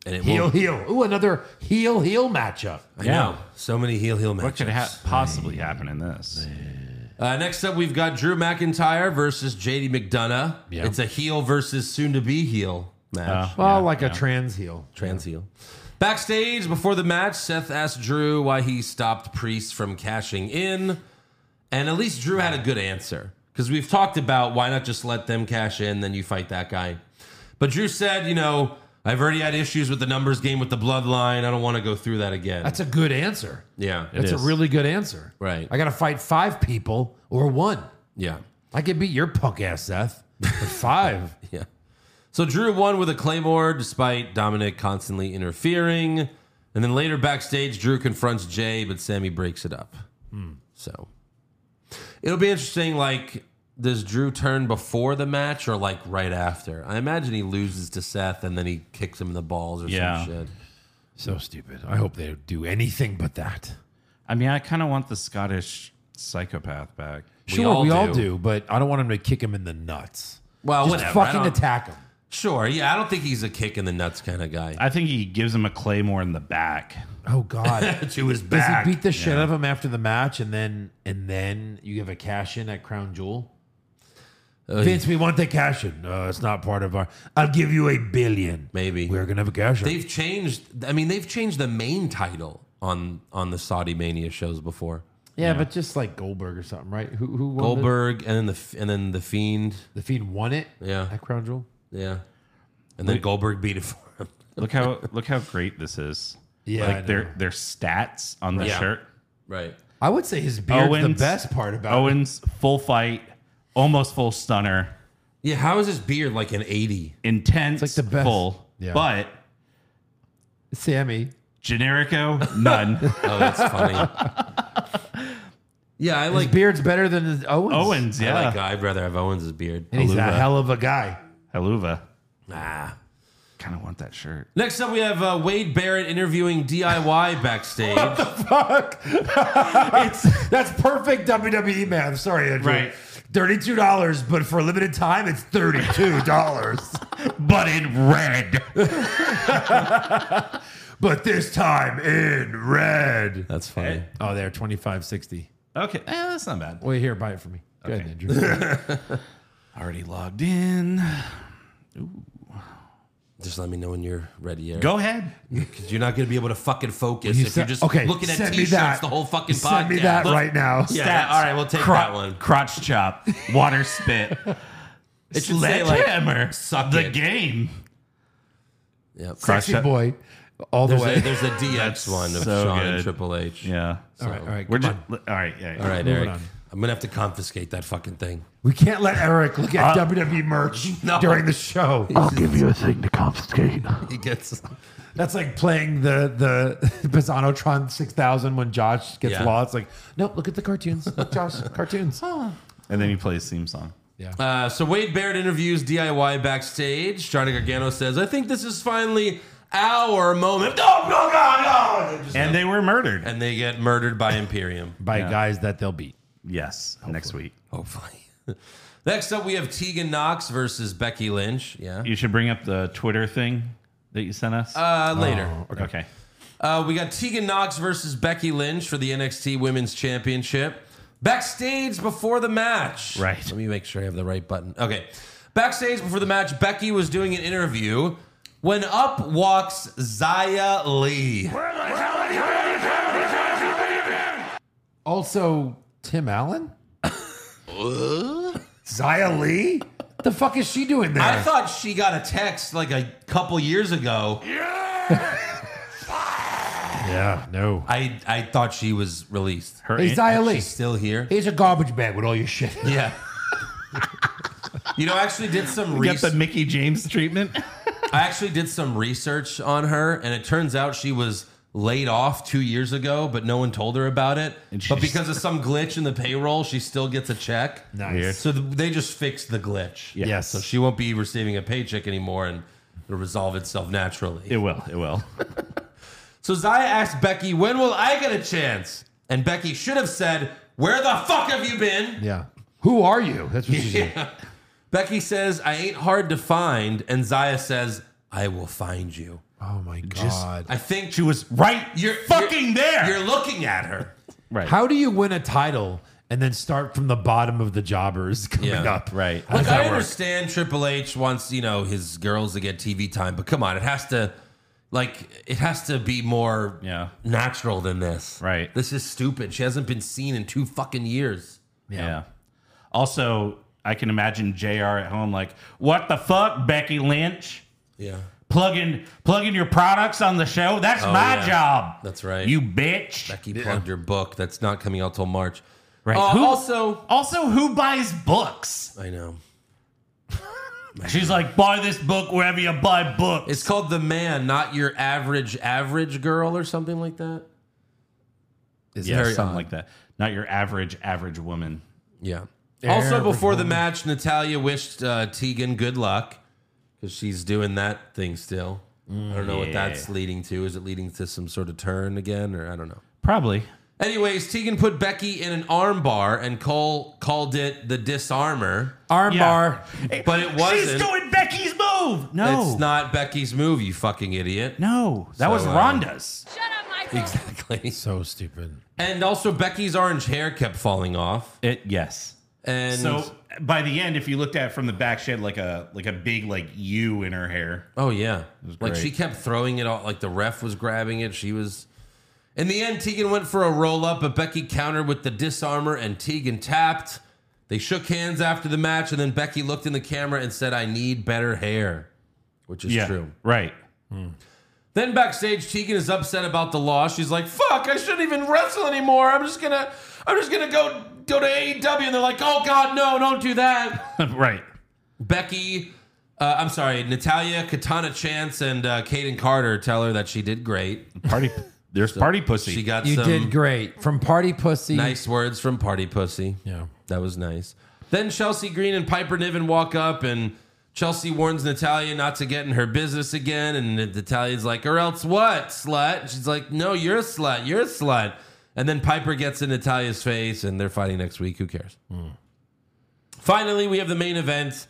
D: and it
F: Heel
D: will.
F: heel. Ooh, another heel heel matchup.
D: I know so many heel heel matches.
E: What could ha- possibly happen in this?
D: Uh, next up, we've got Drew McIntyre versus JD McDonough.
F: Yeah. Uh-huh.
D: It's a heel versus soon to be heel match.
F: Well, like a trans heel.
D: Trans heel. Backstage before the match, Seth asked Drew why he stopped Priest from cashing in. And at least Drew had a good answer because we've talked about why not just let them cash in, then you fight that guy. But Drew said, you know, I've already had issues with the numbers game with the bloodline. I don't want to go through that again.
F: That's a good answer.
D: yeah.
F: That's a
E: is.
F: really good answer.
D: Right.
F: I got to fight five people or one.
D: yeah.
F: I could beat your punk ass, Seth. But five.
D: Yeah. So Drew won with a claymore despite Dominic constantly interfering. And then later backstage, Drew confronts Jay, but Sammy breaks it up.
E: Hmm.
D: So it'll be interesting. Like, does Drew turn before the match or like right after? I imagine he loses to Seth and then he kicks him in the balls or
E: Yeah.
D: some shit.
F: So stupid. I hope they do anything but that.
E: I mean, I kind of want the Scottish psychopath back.
F: Sure, we all, do. Oh, but I don't want him to kick him in the nuts.
D: Well,
F: Just
D: whatever. I
F: fucking
D: don't-
F: attack him.
D: Sure. Yeah. I don't think he's a kick in the nuts kind of guy.
E: I think he gives him a claymore in the back.
F: Oh God.
D: to his
F: Does he beat the shit out of him after the match, and then and then you have a cash in at Crown Jewel? Vince, we want the cash in. No, it's not part of our. I'll give you a billion.
D: Maybe.
F: we're gonna have a cash in.
D: They've changed. I mean, they've changed the main title on on the Saudi Mania shows before.
F: yeah, but just like Goldberg or something, right? Who who won the-
D: Goldberg and then the and then the Fiend.
F: The, Fiend won it.
D: Yeah.
F: at Crown Jewel.
D: Yeah, and then Goldberg beat it for him.
E: Look how look how great this is.
F: Yeah, I
E: like
F: know.
E: their their stats on the
D: Yeah.
E: shirt.
D: Right.
F: I would say his beard's the
E: Owens-
F: best part about it.
E: Owens full fight, almost full stunner,
D: Yeah. How is his beard like an eighty?
E: intense,
F: It's like the best.
E: full,
F: Yeah.
E: but
F: Sammy.
E: generico none.
D: Oh, that's funny. yeah, I
F: His
D: like
F: beard's better than his Owens.
E: Owens,
D: I
E: yeah,
D: like. I'd rather have Owens' beard.
F: and he's a
E: Aluva.
F: hell of a guy.
E: Haluva.
D: Nah.
E: Kind of want that shirt.
D: Next up, we have uh, Wade Barrett interviewing DIY backstage.
F: Fuck. it's that's perfect WWE math. Sorry, Andrew.
E: Right.
F: Thirty-two dollars, but for a limited time, it's thirty-two dollars.
E: But in red.
F: but this time in red.
D: that's funny.
F: Oh, they're twenty-five sixty.
E: Okay, eh, that's not bad.
F: Well, here, buy it for me. Go ahead, Andrew.
E: Already logged in.
D: Just let me know when you're ready, Eric.
E: Go ahead.
D: Because you're not going to be able to fucking focus
F: You
D: if
F: said-
D: you're just
F: okay,
D: looking at
F: send me
D: t-shirts
F: that.
D: the whole fucking podcast.
F: Send me that
D: Look-
F: right now.
D: Yeah,
E: Stats.
D: all right, we'll take
E: Cro-
D: that one.
E: Crotch chop, water spit,
D: It should say, like,
E: sledgehammer,
D: suck
E: the
D: it.
E: game.
D: Yep.
E: Crotch
F: Sexy
E: chop-
F: boy, all the
D: There's
F: way.
D: a, there's a DX one of
E: so
D: Sean and
E: good.
D: Triple H.
E: Yeah.
F: all right, all right.
E: We're
F: come
E: just
F: on.
E: all right. Yeah,
D: All right,
F: Moving
D: Eric.
F: on.
D: I'm going to have to confiscate that fucking thing.
F: We can't let Eric look at WWE merch
D: Uh, No.
F: during the show.
C: I'll give you a thing to confiscate.
D: He gets
F: That's like playing the the Bizonotron 6000 when Josh gets
D: Yeah.
F: law. It's like, no, look at the cartoons. Look, Josh, cartoons.
E: And then he plays theme song.
D: Uh, so Wade Barrett interviews DIY backstage. Johnny Gargano says, "I think this is finally our moment." No, no, no, no. And, just-
E: And they were murdered.
D: and they get murdered by Imperium.
F: By guys that they'll beat.
E: yes. Next week.
D: Hopefully. Next up, we have Tegan Knox versus Becky Lynch. Yeah.
E: You should bring up the Twitter thing that you sent us.
D: Uh, later.
F: Oh,
E: okay.
D: Uh, we got Tegan Knox versus Becky Lynch for the NXT Women's Championship. Backstage before the match.
E: Right.
D: Let me make sure I have the right button. Okay. Backstage before the match, Becky was doing an interview when up walks Zaya Lee.
F: Also, Tim Allen? Zaya Lee? The fuck is she doing there?
D: I thought she got a text like a couple years ago.
F: yeah, no.
D: I, I thought she was released.
E: Her
F: Hey,
E: in-
F: Zaya Lee.
D: She's still here.
F: Here's a garbage bag with all your shit.
D: Yeah. you know, I actually did some
E: you got the
D: research.
E: Mickey James treatment.
D: I actually did some research on her, and it turns out she was laid off two years ago, but no one told her about it.
E: And she
D: But
E: just-
D: because of some glitch in the payroll, she still gets a check. So th- they just fixed the glitch.
E: Yeah.
F: Yes.
D: So she won't be receiving a paycheck anymore, and it'll resolve itself naturally.
E: it will. It will.
D: So Zaya asked Becky, when will I get a chance? And Becky should have said, where the fuck have you been?
F: yeah. Who are you? That's what she said.
D: Becky says, I ain't hard to find. And Zaya says, I will find you.
F: Oh my God.
D: I think
E: She was right.
D: You're
E: fucking
D: you're-
E: there.
D: You're looking at her.
E: right.
F: How do you win a title and then start from the bottom of the jobbers coming
D: Yeah.
F: up?
E: Right.
F: How does
D: Like I
F: that work?
D: understand Triple H wants you know his girls to get TV time, but come on, it has to like it has to be more
E: Yeah.
D: natural than this.
E: Right.
D: This is stupid. She hasn't been seen in two fucking years.
E: Yeah. Also, I can imagine JR at home like, what the fuck, Becky Lynch?
D: Yeah.
E: Plugging plugging your products on the show? That's my
D: Oh, yeah.
E: job.
D: That's right.
E: You bitch.
D: Becky plugged your book. That's not coming out till March.
E: Right.
D: Uh,
E: Who-
D: also,
E: also, who buys books?
D: I know
E: She's like, buy this book wherever you buy books.
D: it's called The Man, not your average average girl or something like that.
F: It's
E: yeah,
F: very
E: something
F: odd.
E: like that. Not your average average woman.
D: Yeah.
F: Average
D: also, before the match, Natalia wished uh, Tegan good luck because she's doing that thing still. I don't know what
E: Mm, Yeah.
D: that's leading to. Is it leading to some sort of turn again, or I don't know.
E: Probably.
D: Anyways, Tegan put Becky in an armbar, and Cole called it the disarmer,
F: Armbar.
D: but it wasn't.
E: She's doing Becky's move. No.
D: It's not Becky's move, you fucking idiot.
E: No. That was
D: uh,
E: Rhonda's.
B: Shut up, Michael.
D: Exactly.
F: So stupid.
D: And also, Becky's orange hair kept falling off.
E: It yes.
D: And
E: So by the end, if you looked at it from the back, she had like a like a big like U in her hair.
D: Oh yeah, like
E: great.
D: she kept throwing it all. Like the ref was grabbing it. She was. In the end, Tegan went for a roll up, but Becky countered with the disarmor, and Tegan tapped. They shook hands after the match, and then Becky looked in the camera and said, "I need better hair," which is true.
E: Right.
D: Then backstage, Tegan is upset about the loss. She's like, "Fuck! I shouldn't even wrestle anymore. I'm just gonna, I'm just gonna go go to AEW." And they're like, "Oh God, no! Don't do that."
E: right.
D: Becky, uh, I'm sorry, Natalia, Katana Chance, and uh, Kaden Carter tell her that she did great.
E: Party. There's party pussy.
D: She got
F: You
D: some
F: did great. From Party Pussy.
D: nice words from Party Pussy.
F: Yeah.
D: That was nice. Then Chelsea Green and Piper Niven walk up, and Chelsea warns Natalia not to get in her business again. And Natalia's like, or else what, slut? And she's like, no, you're a slut. You're a slut. And then Piper gets in Natalia's face, and they're fighting next week. Who cares?
F: Hmm.
D: Finally, we have the main event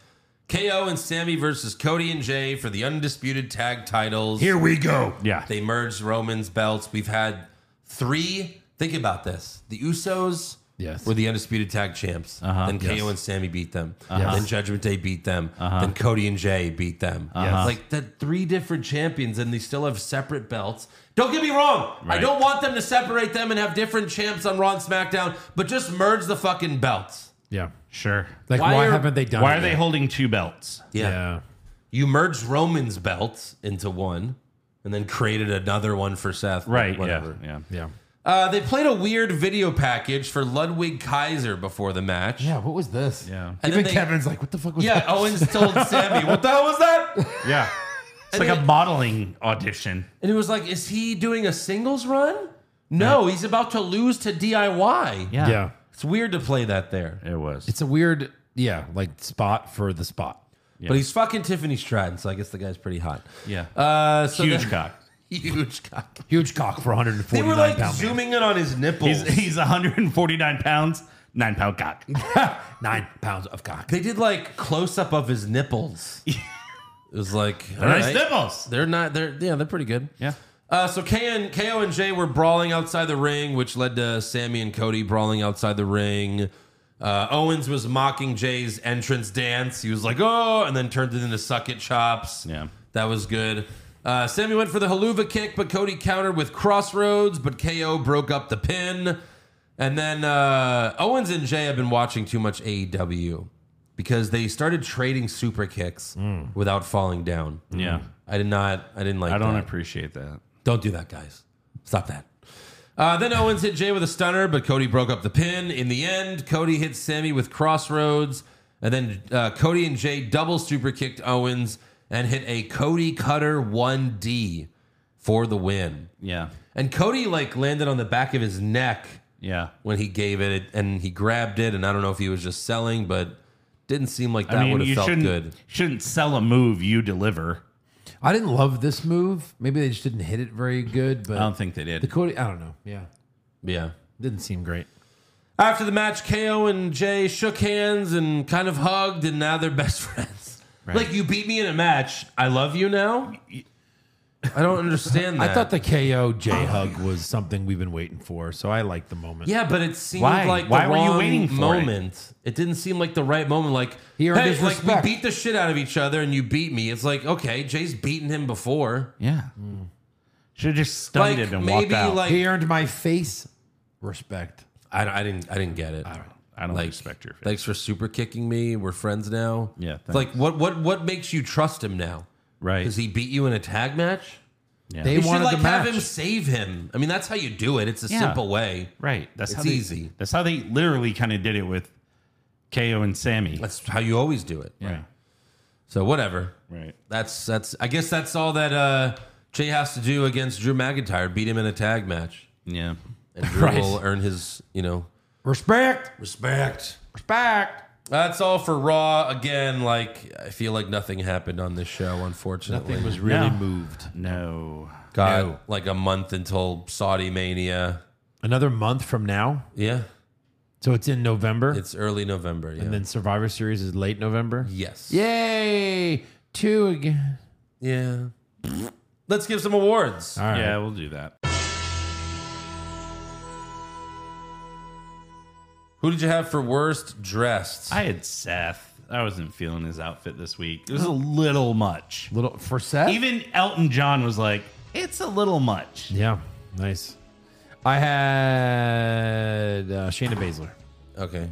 D: KO and Sammy versus Cody and Jay for the undisputed tag titles.
C: Here we go.
E: yeah.
D: They merged Roman's belts. We've had three. Think about this: the Usos,
F: Yes.
D: were the undisputed tag champs.
E: Uh-huh.
D: Then KO and Sammy beat them. Then Judgment Day beat them.
E: Uh-huh.
D: Then Cody and Jay beat them. Like that, three different champions, and they still have separate belts. Don't get me wrong. I
E: Right.
D: don't want them to separate them and have different champs on Raw and SmackDown, but just merge the fucking belts.
F: Yeah.
E: Sure.
F: Like,
D: Why
F: why,
D: are-
F: haven't they done?
E: Why
F: it
E: are they
F: yet?
E: holding two belts?
D: Yeah.
F: Yeah.
D: You merged Roman's belt into one and then created another one for Seth. but
E: Right.
D: Whatever.
E: Yeah. Yeah.
F: Yeah.
D: Uh, they played a weird video package for Ludwig Kaiser before the match.
F: Yeah. What was this?
E: Yeah.
D: And
F: Even
D: then they-
F: Kevin's like, what the fuck was
D: Yeah,
F: that?
D: Owens told Sammy, "What the hell was that?"
E: Yeah. It's like a modeling audition.
D: And it was like, "Is he doing a singles run?" No, he's about to lose to DIY.
F: Yeah.
D: It's weird to play that there,
E: It was.
F: It's a weird, yeah, like spot for the spot.
D: but he's fucking Tiffany Stratton, so I guess the guy's pretty hot.
E: yeah.
D: Uh, so
E: Huge
D: the-
E: cock.
D: huge cock.
F: Huge cock for 149
D: They were like
F: pound man.
D: zooming in on his nipples.
E: He's, he's 149 pounds, nine pound cock.
F: Nine pounds of cock.
D: they did like close up of his nipples. it was like all
E: nice
D: right.
E: nipples.
D: They're not. They're yeah. They're pretty good.
E: Yeah.
D: Uh, so K and, KO and Jay were brawling outside the ring, which led to Sammy and Cody brawling outside the ring. Uh, Owens was mocking Jay's entrance dance. He was like, oh, and then turned it into suck it chops.
E: Yeah.
D: That was good. Uh, Sammy went for the haluva kick, but Cody countered with crossroads, but KO broke up the pin. And then uh, Owens and Jay have been watching too much AEW because they started trading super kicks without falling down.
E: Yeah.
D: I did not. I didn't like.
E: Mm. I don't
D: that.
E: appreciate that.
D: Don't do that, guys. Stop that. Uh, then Owens hit Jay with a stunner, but Cody broke up the pin. In the end, Cody hit Sammy with crossroads, and then uh, Cody and Jay double super kicked Owens and hit a Cody Cutter 1D for the win.
E: Yeah.
D: And Cody like landed on the back of his neck
E: Yeah.
D: when he gave it, and he grabbed it. And I don't know if he was just selling, but didn't seem like that
E: I mean,
D: would
E: you
D: have felt
E: shouldn't
D: good.
E: shouldn't sell a move you deliver.
F: I didn't love this move. Maybe they just didn't hit it very good, but
E: I don't think they
F: the
E: did.
F: Cody, I don't know. Yeah.
D: Yeah.
F: Didn't seem great.
D: After the match, KO and Jay shook hands and kind of hugged, and now they're best friends. Like you beat me in a match, I love you now. I don't understand that. Oh,
F: I thought the KO J hug was something we've been waiting for, so I like the moment.
D: yeah, but it seemed
E: Why?
D: like the
E: Why were you
D: wrong
E: waiting for it?
D: moment. It? didn't seem like the right moment. Like
F: He earned
D: hey,
F: his
D: like
F: respect.
D: we beat the shit out of each other, and you beat me. It's like okay, Jay's beaten him before.
E: Yeah. Should have just
D: Like
E: stunned it and walked
D: maybe
E: out.
D: like
F: He earned my face respect.
D: I, don't- I didn't I didn't get it. I don't,
E: I don't respect your face.
D: Thanks for super kicking me. We're friends now.
E: Yeah,
D: It's like what what what makes you trust him now?
E: right.
D: Because he beat you in a tag match?
F: They
D: You should
F: wanted
D: like
F: the
D: have
F: match.
D: him save him. I mean, that's how you do it. It's a
E: Yeah.
D: simple way.
E: Right. That's how
D: It's
E: they,
D: easy.
E: That's how they literally kind of did it with KO and Sammy.
D: That's how you always do it.
E: yeah.
D: So whatever.
E: Right.
D: That's that's I guess that's all that uh Jay has to do against Drew McIntyre, beat him in a tag match.
E: Yeah.
D: And Drew will earn his, you know,
F: Respect.
D: respect.
F: Respect.
D: That's all for Raw. Again, like I feel like nothing happened on this show, unfortunately.
F: Nothing was really
E: No.
F: moved.
E: No.
D: Got
F: No.
D: like a month until Saudi Mania.
F: Another month from now,
D: Yeah.
F: so it's in November,
D: It's early November. Yeah.
F: and then Survivor Series is late November.
D: yes.
F: Yay! Two again.
D: Yeah. Let's give some awards.
F: All right.
E: Yeah, we'll do that.
D: Who did you have for worst dressed?
E: I had Seth. I wasn't feeling his outfit this week. It was a little much.
F: Little for Seth.
E: Even Elton John was like, it's a little much.
F: yeah. Nice. I had uh, Shayna Baszler.
D: okay.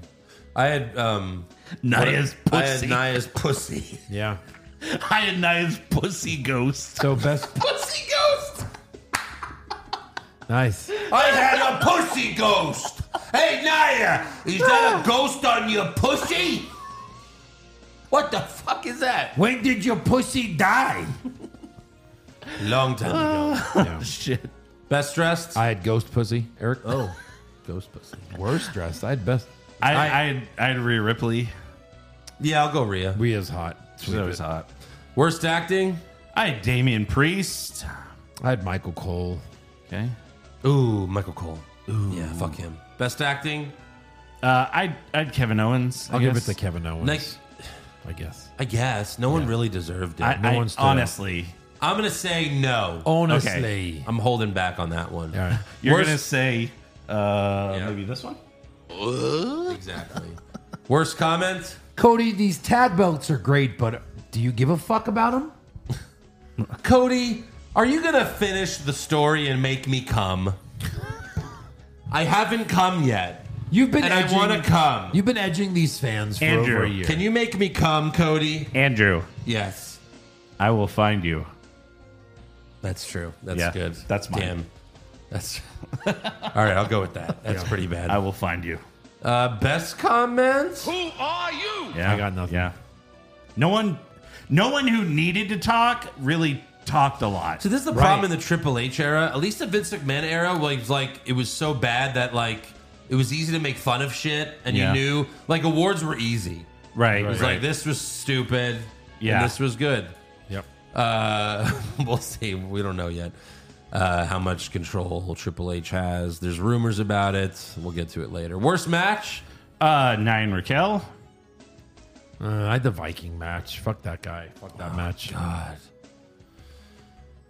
D: I had um
E: Nia's
D: I had
E: pussy. I
D: Nia's pussy.
F: Yeah.
E: had Nia's pussy ghost.
F: So best.
D: pussy ghost.
F: nice.
D: I had a pussy ghost. Hey Nia, is that a ghost on your pussy? What the fuck is that?
F: When did your pussy die?
D: Long time ago.
E: Shit.
D: Best dressed?
F: I had ghost pussy. Eric.
D: oh, ghost pussy.
F: Worst dressed. I had best.
E: I, I, had, I had Rhea Ripley.
D: Yeah, I'll go Rhea.
F: Rhea's hot.
E: She was hot.
D: Worst acting?
E: I had Damian Priest.
F: I had Michael Cole.
E: Okay.
D: Ooh, Michael Cole. Ooh. Yeah, fuck him. Best acting?
E: Uh, I'd, I'd Kevin Owens. I
F: I'll give it
E: guess.
F: to Kevin Owens.
D: Nice.
F: I guess.
D: I guess. No one really deserved it.
E: I,
F: No
E: I-
F: one's to-
E: honestly,
D: I'm gonna say no.
F: Honestly.
E: Okay.
D: I'm holding back on that one.
F: All right.
E: you're
D: Worst-
E: gonna say uh,
D: Yeah.
E: maybe this one.
D: Exactly. Worst comment?
F: Cody, these tad belts are great, but do you give a fuck about them?
D: Cody, are you gonna finish the story and make me come? I haven't come yet,
F: You've been
D: and I
F: edging,
D: want to come.
F: You've been edging these fans for
E: Andrew,
F: over a year.
D: Can you make me come, Cody?
E: Andrew,
D: Yes,
E: I will find you.
D: that's true. That's
E: Yeah,
D: good.
E: that's mine.
D: Damn. That's all right. I'll go with that. That's pretty bad.
E: I will find you.
D: Uh, best comment?
E: Yeah,
F: I got nothing.
E: Yeah, no one, no one who needed to talk really talked a lot.
D: So this is the problem in the Triple H era. At least the Vince McMahon era was like it was so bad that like it was easy to make fun of shit, and
E: Yeah.
D: you knew like awards were easy.
E: right,
D: It was like this was stupid.
E: Yeah.
D: and this was good.
F: Yep.
D: Uh, we'll see. We don't know yet uh, how much control Triple H has. There's rumors about it. We'll get to it later. Worst match?
E: uh, nine Raquel.
F: Uh, I had the Viking match. Fuck that guy. Fuck that match.
D: God.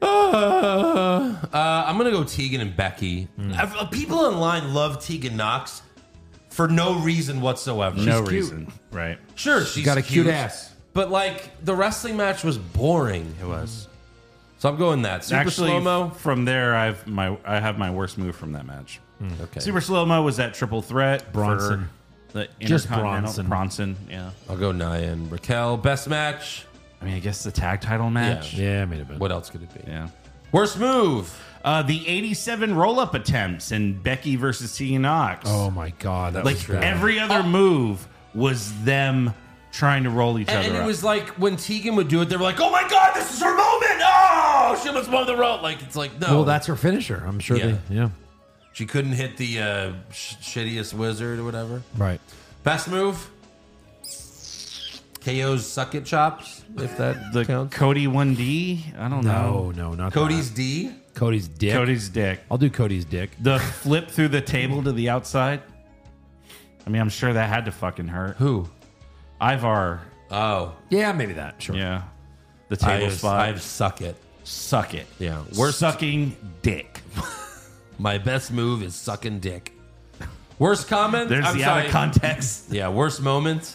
D: Uh, uh, I'm gonna go Tegan and Becky.
F: Mm.
D: I've- uh, People online love Tegan Knox for no reason whatsoever.
E: no
F: cute.
E: reason. Right.
D: sure, she's
F: got a cute ass.
D: but like the wrestling match was boring. It was. So I'm going that super
E: Actually,
D: slow mo.
E: from there, I've my I have my worst move from that match.
D: Okay,
E: Super slow mo was that triple threat.
F: Bronson.
E: for the
F: Just
E: Intercontinental-
F: Bronson.
E: Bronson. Yeah.
D: I'll go Nia and Raquel. Best match.
E: I mean, I guess the tag title match.
F: Yeah, I made it.
D: What else could it be?
E: Yeah.
D: Worst move.
E: Uh, the 87 roll up attempts and Becky versus Tegan Knox.
F: Oh my god, that was
E: like
F: bad.
E: every other move was them trying to roll each
D: And,
E: other
D: and it
E: up.
D: was like when Tegan would do it, they were like, "Oh my god, this is her moment! Oh, she almost won the rope!" Like it's like no,
F: well, that's her finisher. I'm sure.
D: Yeah.
F: They, yeah.
D: she couldn't hit the uh, sh- shittiest wizard or whatever.
F: Right.
D: Best move. KO's suck it chops, if that
E: the
D: counts.
E: Cody 1D. I don't know.
F: Oh, No, no, not
D: Cody's D.
F: that. Cody's dick.
E: Cody's dick.
F: I'll do Cody's dick.
E: The flip through the table to the outside. I mean, I'm sure that had to fucking hurt.
D: Who?
E: Ivar.
D: Oh,
F: Yeah, maybe that. Sure.
E: Yeah. The table
D: I've,
E: spot.
D: I've suck it.
E: Suck it.
D: Yeah,
E: We're
D: worst.
E: sucking dick.
D: My best move is sucking dick. Worst comment.
E: There's
D: I'm
E: the out
D: sorry.
E: of context.
D: Yeah, worst moment.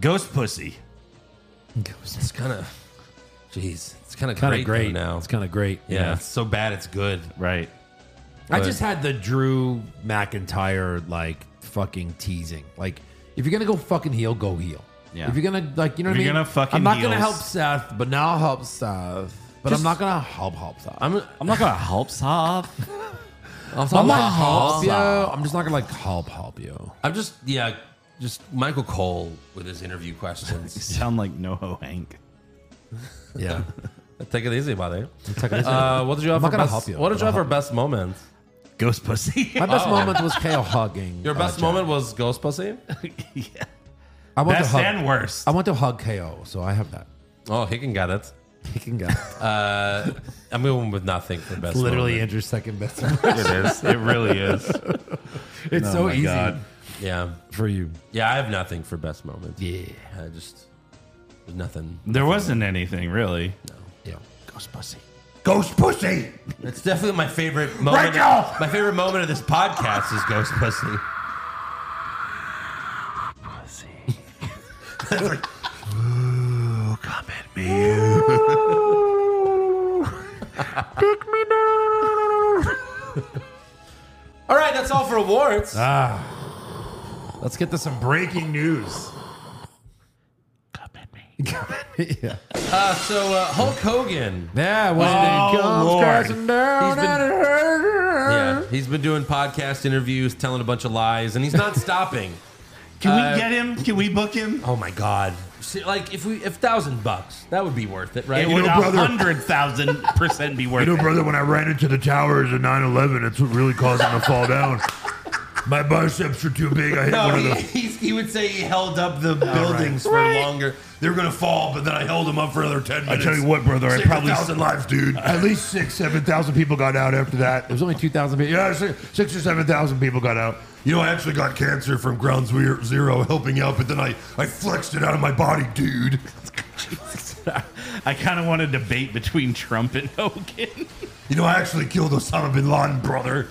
E: Ghost pussy.
D: It's kind of, jeez, it's kind of
F: Kind
D: great,
F: of great.
D: though now.
F: It's kind of great.
D: yeah, it's so bad it's good.
E: Right.
F: I just had the Drew McIntyre like fucking teasing. Like, if you're gonna go fucking heel, go heel.
E: Yeah.
F: If you're gonna like, you know
E: If
F: what I mean.
E: you're gonna fucking
F: I'm not gonna
E: heels.
F: help Seth, but now I'll help Seth. But I'm not gonna help help Seth.
D: I'm,
E: I'm not gonna help sob.
D: I'm,
F: I'm
D: not
F: not help
D: Hulk.
F: you. I'm just not gonna like help help you.
D: I'm just yeah, just Michael Cole with his interview questions.
E: Sound like NoHo Hank.
F: Yeah.
D: Take it easy, buddy.
F: Take it easy.
D: Uh, what did you have?
F: I'm not
D: for
F: gonna
D: best-
F: help you.
D: What did you
F: I'm
D: have for best moment?
E: Ghost pussy.
F: My best moment was Kale hugging.
D: Your
F: uh,
D: best
F: Jack.
D: moment was Ghost Pussy.
F: I want
E: Best
F: to hug.
E: and worst.
F: I want to hug KO, so I have that.
D: Oh, he can get it.
F: He can go.
D: I'm going with nothing for best.
F: Literally
D: moment.
F: Andrew's second best.
E: it is. It really is.
F: it's
E: Oh
F: so
E: my
F: easy
E: God.
D: yeah,
F: for you.
D: yeah. I have nothing for best moment.
F: Yeah.
D: I just there's nothing.
E: There wasn't anything really.
F: Yeah.
E: Ghost pussy.
C: Ghost pussy!
D: It's definitely my favorite moment.
C: Right now!
D: My favorite moment of this podcast is Ghost Pussy. All right, that's all for awards.
F: Let's get to some breaking news. Come at me. yeah.
D: Uh, so uh, Hulk Hogan,
F: Yeah, when oh, it comes
E: Lord.
F: crashing down
D: He's been-
F: and it hurts.
D: yeah, he's been doing podcast interviews, telling a bunch of lies, and he's not stopping.
E: Can
D: Uh,
E: we get him? Can we book him?
D: Oh my god! See, like if we if thousand bucks, that would be worth it, right?
E: It would
C: know, brother-
E: hundred thousand percent be worth
C: You know,
E: it.
C: brother, when I ran into the towers at 9 11, it's what really caused them to fall down. My biceps were too big. I hit
D: no,
C: one of
D: he,
C: the.
D: he's, he would say he held up the buildings for longer. They were gonna fall, but then I held them up for another ten
C: I
D: minutes.
C: tell you what, brother, I
D: Saved a
C: probably.
D: thousand lives,
C: dude. At least six, 7,000 people got out after that.
F: It was only 2,000 people.
C: Yeah, six, six or 7,000 people got out. You know, I actually got cancer from ground zero, zero helping out, but then I, I flexed it out of my body, dude.
E: I kind of want a debate between Trump and Hogan.
C: You know, I actually killed Osama bin Laden, brother.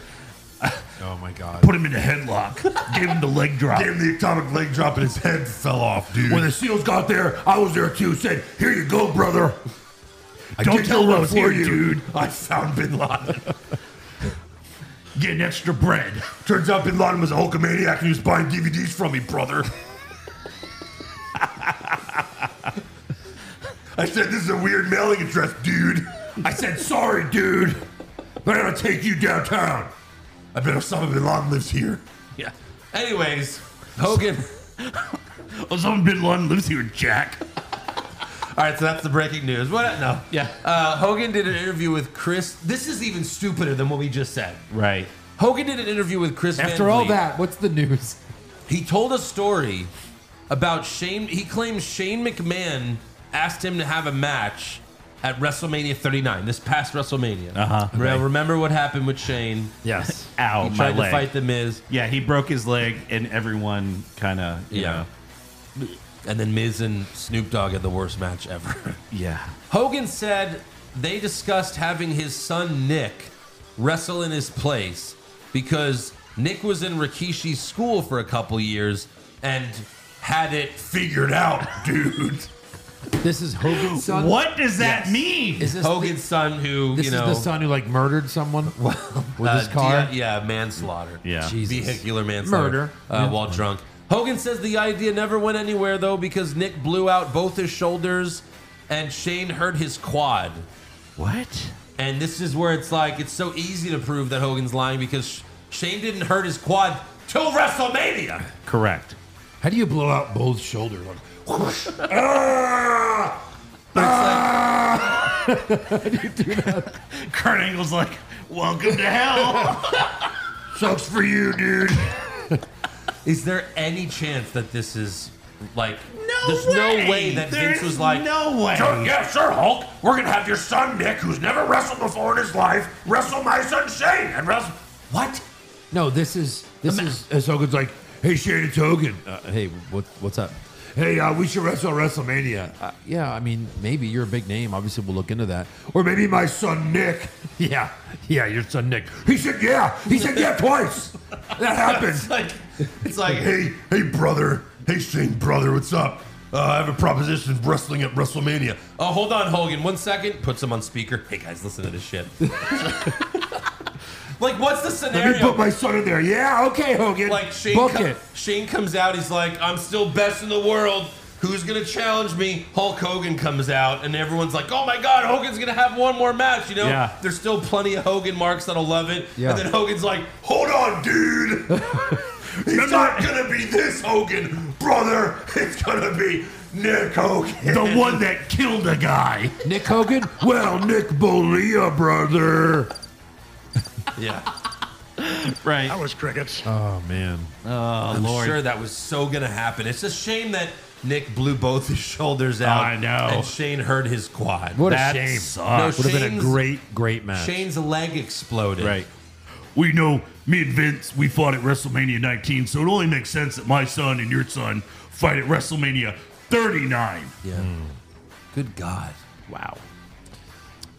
F: Oh my god.
E: Put him in a headlock. Gave him the leg drop.
B: Gave him the atomic leg drop and his head fell off, dude. When the SEALs got there, I was there too. Said, "Here you go, brother." I
E: Don't
B: did
E: tell
B: that
E: I was
B: for
E: here, dude.
B: I found Bin Laden.
E: Get an extra bread.
B: Turns out Bin Laden was a Hulkamaniac and he was buying DVDs from me, brother. I said, "This is a weird mailing address, dude." I said, "Sorry, dude, but I'm gonna take you downtown." I bet Osama bin Laden lives here.
E: Yeah.
D: Anyways, Hogan.
E: Osama bin Laden lives here, Jack.
D: All right, so that's the breaking news. What? No.
E: Yeah.
D: Uh, Hogan did an interview with Chris. This is even stupider than what we just said.
E: Right.
D: Hogan did an interview with Chris. Van
F: After all
D: Vliet.
F: that, what's the news?
D: He told a story about Shane. He claims Shane McMahon asked him to have a match at WrestleMania 39, this past WrestleMania.
E: Uh-huh.
D: Re- Remember what happened with Shane?
F: Yes.
E: Ow,
D: he
E: my
D: tried to
E: leg.
D: fight The Miz,
E: Yeah, he broke his leg, and everyone kind of, you
D: Yeah.
E: know.
D: and then Miz and Snoop Dogg had the worst match ever.
E: Yeah.
D: Hogan said they discussed having his son Nick wrestle in his place because Nick was in Rikishi's school for a couple years and had it.
B: Figured out, dude.
F: This is Hogan's son.
E: What does that mean?
F: is this?
D: Hogan's son, who
F: the, this
D: you know,
F: is the son who like murdered someone with
D: uh,
F: his car.
C: E.
D: D- yeah, manslaughter.
E: yeah.
F: Jesus.
D: vehicular manslaughter,
F: Murder.
D: uh, while drunk. Hogan says the idea never went anywhere though because Nick blew out both his shoulders and Shane hurt his quad.
E: What?
D: And this is where it's like it's so easy to prove that Hogan's lying because Sh- Shane didn't hurt his quad till WrestleMania.
E: Correct.
F: How do you blow out both shoulders?
B: Ah!
D: But it's
E: Kurt Angle's like, welcome to hell.
B: Sucks for you, dude.
D: like, is there any chance that this is like?
E: No
D: there's no way that
E: There
D: Vince
E: is
D: was like,
E: no way.
B: Sure, yeah, sure, Hulk. We're gonna have your son Nick, who's never wrestled before in his life, wrestle my son Shane and wrestle.
D: what?
F: No, this is this is.
B: And Hogan's like, "Hey, Shane, it's Hogan.
F: Uh, hey, what what's up?
B: Hey, uh, we should wrestle at WrestleMania,
F: Uh, yeah, I mean, maybe you're a big name. Obviously, we'll look into that.
B: or maybe my son Nick."
F: Yeah, yeah, your son Nick.
B: He said, "Yeah." He said, "Yeah," twice. That happened.
D: It's like, it's like,
B: hey, hey, brother. Hey, Shane, brother. What's up? Uh, I have a proposition of wrestling at WrestleMania.
D: oh, hold on, Hogan, one second. Puts him on speaker. Hey guys, listen to this shit. like, what's the
B: Let me
D: scenario?
B: put my son in there. Yeah, okay, Hogan.
D: Like Shane,
F: Book
D: co-
F: it.
D: Shane comes out. He's like, "I'm still best in the world. Who's gonna challenge me?" Hulk Hogan comes out, and everyone's like, "Oh my God, Hogan's gonna have one more match." You know,
E: Yeah.
D: there's still plenty of Hogan marks that'll love it.
F: Yeah.
D: And then Hogan's like,
B: Hold on, dude. it's not gonna be this Hogan, brother. It's gonna be Nick Hogan, the one that killed a guy.
F: Nick Hogan.
B: Well, Nick Bolia, brother.
D: "Yeah,
E: right.
H: was crickets.
F: Oh man,
D: I'm sure that was so gonna happen." It's a shame that Nick blew both his shoulders out.
E: I know.
D: And Shane hurt his quad.
F: what
E: that
F: a shame.
E: sucks.
F: Would have been a
D: Shane's-
F: great, great match.
D: Shane's leg exploded.
E: Right.
H: We know me and Vince, we fought at WrestleMania 19, so it only makes sense that my son and your son fight at WrestleMania 39.
D: Yeah.
F: Hmm.
D: Good God.
E: Wow.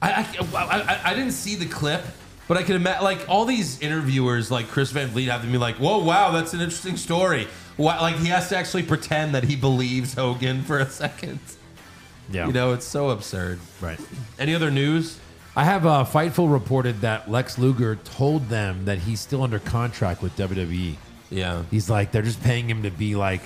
D: I, I, I, I- I didn't see the clip, but I can imagine like all these interviewers, like Chris Van Vliet, have to be like, "Whoa, wow, that's an interesting story." Wow, like he has to actually pretend that he believes Hogan for a second.
F: Yeah.
D: You know, it's so absurd.
F: Right.
D: Any other news?
F: I have uh, Fightful reported that Lex Luger told them that he's still under contract with E. WWE.
D: Yeah.
F: He's like, they're just paying him to be like,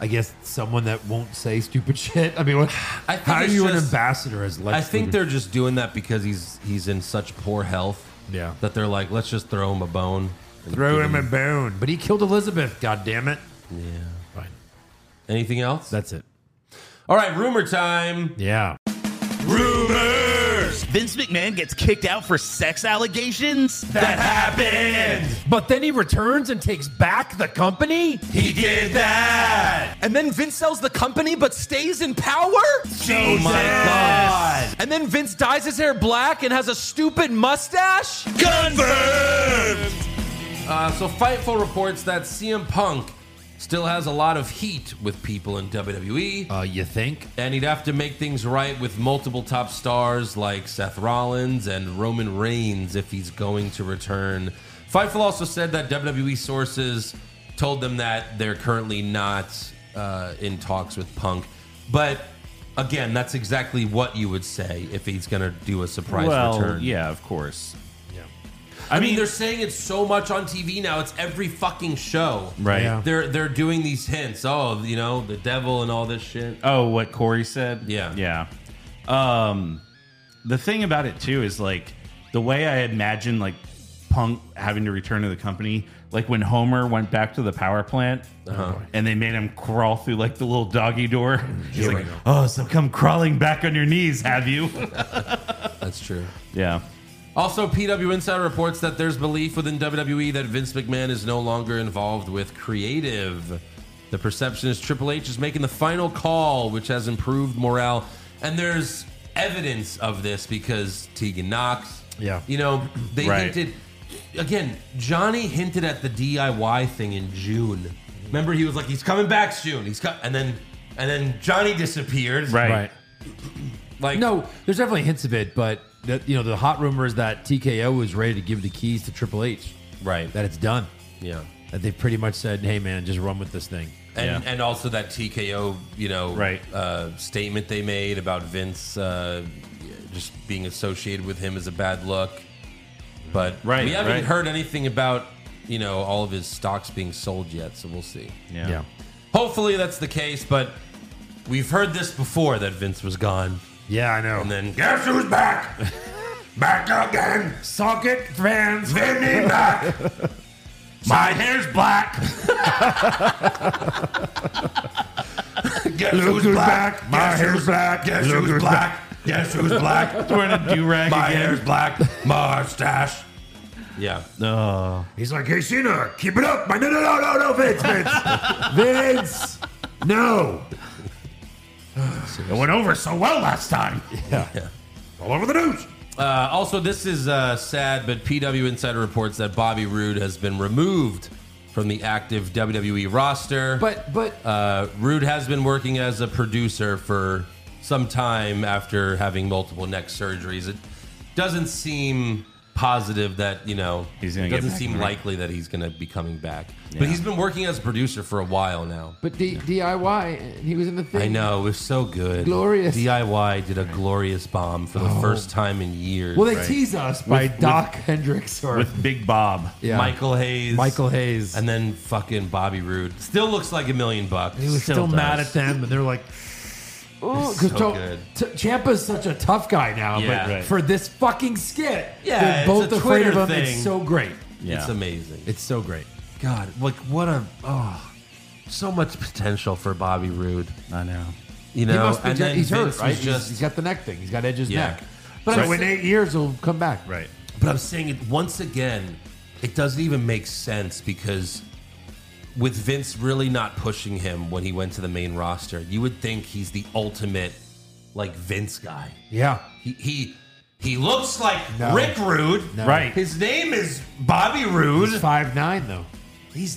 F: I guess someone that won't say stupid shit. I mean, what,
D: I think
F: how are
D: it's
F: you an
D: just-
F: ambassador as Lex?
D: I think
F: Luger?
D: they're just doing that because he's he's in such poor health.
F: Yeah.
D: That they're like, let's just throw him a bone. and
F: throw
D: give
F: him a bone, but he killed Elizabeth. God damn it! Yeah, fine.
D: Anything else?
F: That's it.
D: All right, rumor time.
F: Yeah.
I: Vince McMahon gets kicked out for sex allegations?
E: That happened.
F: But then he returns and takes back the company.
E: He did that.
J: And then Vince sells the company but stays in power?
E: Oh my God.
J: And then Vince dyes his hair black and has a stupid mustache?
D: Uh, so Fightful reports that CM Punk Still has a lot of heat with people in E. WWE,
F: Uh, you think?
D: and he'd have to make things right with multiple top stars like Seth Rollins and Roman Reigns if he's going to return. Fightful also said that WWE sources told them that they're currently not uh, in talks with Punk, but again, that's exactly what you would say if he's going to do a surprise
E: well,
D: return.
E: yeah, of course.
D: I mean, they're saying it so much on TV now. It's every fucking show.
E: Right.
F: Yeah.
D: They're they're doing these hints. Oh, you know, the devil and all this shit.
E: Oh, what Corey said?
D: Yeah.
E: Yeah. Um the thing about it too is like the way I imagine like Punk having to return to the company, like when Homer went back to the power plant and they made him crawl through like the little doggy door. He's like, Oh, so come crawling back on your knees, have you?
D: That's true.
E: yeah.
D: Also, PW Insider reports that there's belief within WWE that Vince McMahon is no longer involved with creative. The perception is Triple H is making the final call, which has improved morale. And there's evidence of this because Tegan Knox.
F: Yeah.
D: You know, they
E: Right.
D: hinted again, Johnny hinted at the DIY thing in June. Remember, he was like, he's coming back soon. He's co-, and then and then Johnny disappeared.
E: Right.
D: Like
F: No, there's definitely hints of it, but that, you know the hot rumor is that TKO is ready to give the keys to Triple H.
D: Right.
F: That it's done.
D: Yeah.
F: That they've pretty much said, "Hey, man, just run with this thing."
D: and and also that TKO, you know,
E: Right.
D: uh, statement they made about Vince uh, just being associated with him as a bad look. But
E: Right,
D: we haven't
E: right.
D: heard anything about you know all of his stocks being sold yet, so we'll see.
E: Yeah.
D: Hopefully that's the case, but we've heard this before that Vince was gone,
F: Yeah, I know.
D: and then
C: Guess who's back? back again.
F: Socket fans.
C: Vinny back. My hair's black. Guess who's black? My hair's black. Guess who's black? Guess who's black?
E: Wearing a do rag
C: My
E: again.
C: hair's black. Mustache.
D: yeah,
C: He's like, hey, Cena, keep it up. My, no, no, no, no, no, Vince, Vince.
F: Vince.
C: No. it went over so well last time.
D: yeah.
C: All over the news.
D: Uh, also, this is uh, sad, but PW Insider reports that Bobby Roode has been removed from the active WWE roster.
F: But but
D: Uh, Rude has been working as a producer for some time after having multiple neck surgeries. It doesn't seem positive that you know
E: He's
D: it
E: gonna get
D: doesn't
E: back
D: seem
E: in the ring.
D: likely that he's going to be coming back. But he's been working as a producer for a while now.
F: but D- DIY. and He was in the thing.
D: I know it was so good.
F: Glorious. Oh.
D: DIY did a glorious bomb for the first time in years.
F: Well, they tease us by Doc Hendricks or
E: with Big Bob.
F: yeah.
D: Michael Hayes,
F: Michael Hayes.
D: and then fucking Bobby Roode still looks like a million bucks.
F: he was still,
E: does.
F: mad at them, and they're like, "Oh,
D: It's so good.
F: Champa's such a tough guy now,
D: Yeah.
F: but
D: Right.
F: for this fucking skit,
D: Yeah,
F: they're
D: it's
F: both
D: a
F: afraid of
D: Twitter
F: him. It's
D: thing.
F: so great.
E: Yeah.
D: It's amazing.
F: It's so great.
D: God, like what a oh, so much potential for Bobby Roode.
E: I know.
F: He
D: You know,
F: must be
D: and
F: ju-
D: then
F: he's
D: Vince
F: hurt,
D: was
F: right? He's-
D: just.
F: he's got the neck thing. He's got Edge's
D: Yeah.
F: neck. But
D: So
F: I'm
D: in
F: in eight years, he'll come back.
E: Right.
D: but I'm saying it once again. It doesn't even make sense because with Vince really not pushing him when he went to the main roster, you would think he's the ultimate like Vince guy.
F: Yeah.
D: He he he looks like
F: No.
D: Rick Rude.
E: Right.
D: His name is Bobby Rude.
F: He's
D: He's,
F: five nine though.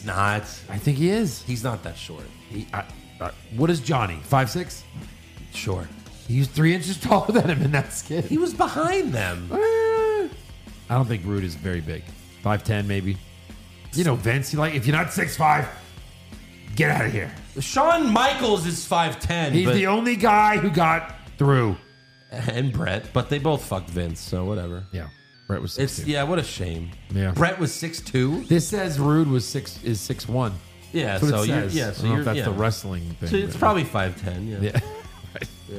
D: not.
F: I think he is.
D: He's not that short.
F: He, I, I, what is Johnny? Five six?
D: Sure.
F: He was three inches taller than him in that skit.
D: He was behind them.
F: Eh. I don't think Rude is very big. Five ten, maybe. You know, Vince. You like if you're not six five, get out of here.
D: Shawn Michaels is 5'10.
F: He's
D: but-
F: the only guy who got through.
D: and Brett, but they both fucked Vince, so whatever.
F: Yeah, Brett was
D: It's yeah, what a shame.
F: Yeah.
D: Brett was six two.
F: This says Rude was six is six one.
D: Yeah,
F: That's what
D: so
F: it
D: you
F: says.
D: yeah,
F: I
D: so
F: don't know
D: you're
F: if that's
D: yeah.
F: the wrestling thing.
D: So it's
F: but-
D: probably five ten. Yeah.
F: yeah.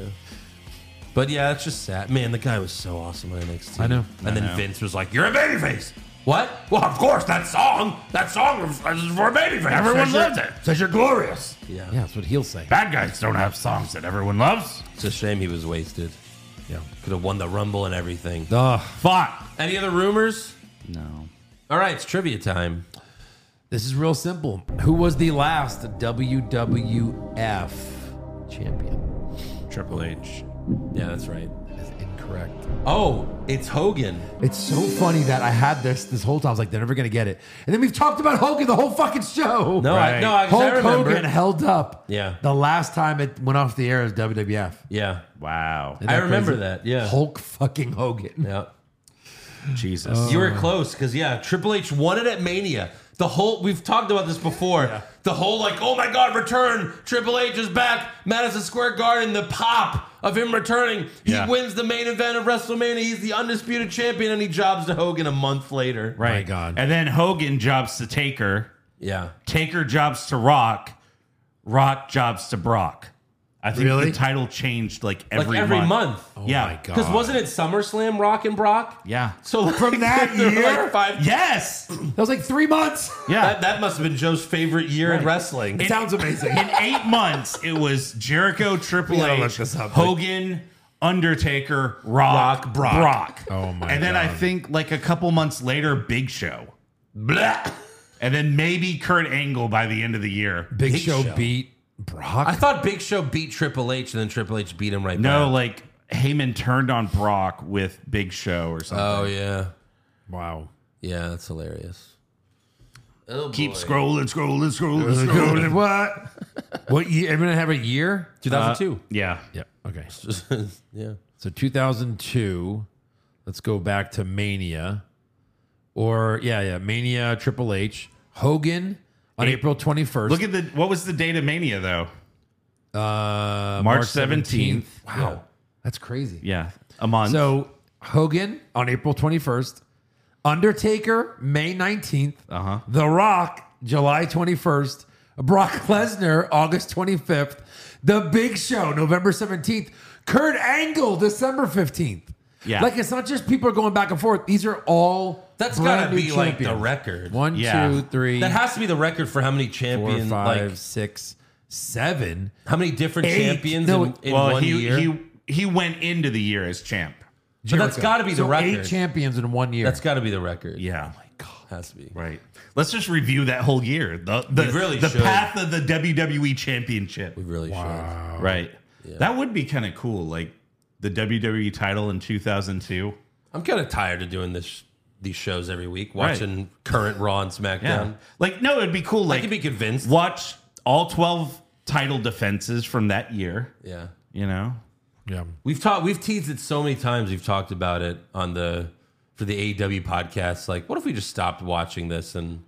D: but yeah, that's just sad. Man, the guy was so awesome on NXT.
F: I know.
D: And then Vince was like, "You're a babyface." What? Well, of course that song. That song is for babyface.
C: Everyone loves it. Says you're glorious.
D: Yeah.
F: Yeah, that's what he'll say.
C: Bad guys don't have songs that everyone loves.
D: It's a shame he was wasted.
F: Yeah.
D: Could have won the Rumble and everything.
F: Ugh.
C: Fuck.
D: Any other rumors?
E: No.
D: All right, it's trivia time.
F: This is real simple. Who was the last WWF champion?
E: Triple H.
D: Yeah, that's right.
F: That is incorrect. correct.
D: Oh, it's Hogan.
F: It's so funny that I had this this whole time. I was like, they're never gonna get it. And then we've talked about Hogan the whole fucking show.
D: No, I,
E: Right.
D: no, I, 'cause I
F: Hulk
D: remember.
F: Hogan held up.
D: Yeah.
F: The last time it went off the air as WWF.
D: Yeah,
E: Wow.
F: Isn't
D: I remember
F: crazy?
D: that. Yeah,
F: Hulk fucking Hogan.
D: yeah.
E: Jesus.
D: You were close because yeah, Triple H won it at Mania. The whole we've talked about this before. The whole like, oh my God, return! Triple H is back. Madison Square Garden. The pop of him returning. He
E: Yeah.
D: wins the main event of WrestleMania. He's the undisputed champion, and he jobs to Hogan a month later.
E: right.
F: My God.
E: And then Hogan jobs to Taker.
D: Yeah.
E: Taker jobs to Rock. Rock jobs to Brock. I think
F: Really? Oh
E: the title changed like every, Uh,
D: Like every month.
E: yeah.
F: my God.
D: Because wasn't it SummerSlam Rock and Brock?
E: Yeah.
D: So like, from
F: that year?
D: like five.
E: Yes.
F: That was like three months.
E: Yeah.
D: That, that must have been Joe's favorite year in wrestling.
F: Sounds amazing.
E: In eight months, it was Jericho, Triple
F: gotta look
E: H,
F: this up.
E: Hogan, Undertaker, Rock,
D: Rock,
E: Brock.
F: Oh my
E: And then I
F: God.
E: think like a couple months later, Big Show. Blah. And then maybe Kurt Angle by the end of the year.
F: Big, Show, beat Brock.
D: I thought Big Show beat Triple H, and then Triple H beat him right
E: No,
D: back.
E: like Heyman turned on Brock with Big Show or something.
D: Oh yeah,
F: wow.
D: yeah, that's hilarious. Oh,
C: Keep
D: boy.
C: scrolling, scrolling, scrolling, scrolling.
F: what? What year? Everyone have a year?
D: 2002.
F: Uh,
E: Yeah.
F: Yep. Okay. Uh,
D: yeah.
F: So 2002. Let's go back to Mania. Or, yeah, yeah. Mania, Triple H. Hogan on
E: Hey,
F: April 21st.
E: Look at the what was the date of Mania though?
F: uh,
E: March 17th.
F: Wow. That's crazy.
E: Yeah. A month.
F: So Hogan on April 21st, Undertaker May 19th,
E: Uh-huh.
F: The Rock July 21st, Brock Lesnar August 25th, The Big Show November 17th, Kurt Angle December 15th.
E: Yeah.
F: Like it's not just people are going back and forth. These are all
D: That's
F: brand
D: gotta
F: new
D: be like the
F: champions.
D: record.
F: One,
E: Yeah.
F: two, three,
D: That has to be the record for how many
F: four,
D: champions,
F: five,
D: like
F: six, seven.
D: how many different
F: eight.
D: champions
F: No,
D: in, in
E: well,
D: one
E: he,
D: year.
E: he he went into the year as champ.
F: But
D: that's gotta be the record.
F: Eight champions in one year.
D: that's got to be the record.
E: Yeah.
D: has to be.
E: Oh Right. Let's just review that whole year. The the,
D: We really
E: the
D: should.
E: path of the WWE championship.
D: We really should.
E: Right. That would be kind of cool. Like the WWE title in 2002.
D: I'm kind of tired of doing this these shows every week, watching current Raw and SmackDown.
E: Yeah. Like no, it'd be cool
D: I
E: like
D: can be convinced.
E: watch all 12 title defenses from that year,
D: Yeah.
E: you know.
F: yeah.
D: We've taught we've teased it so many times. We've talked about it on the for the AEW podcast. Like, what if we just stopped watching this and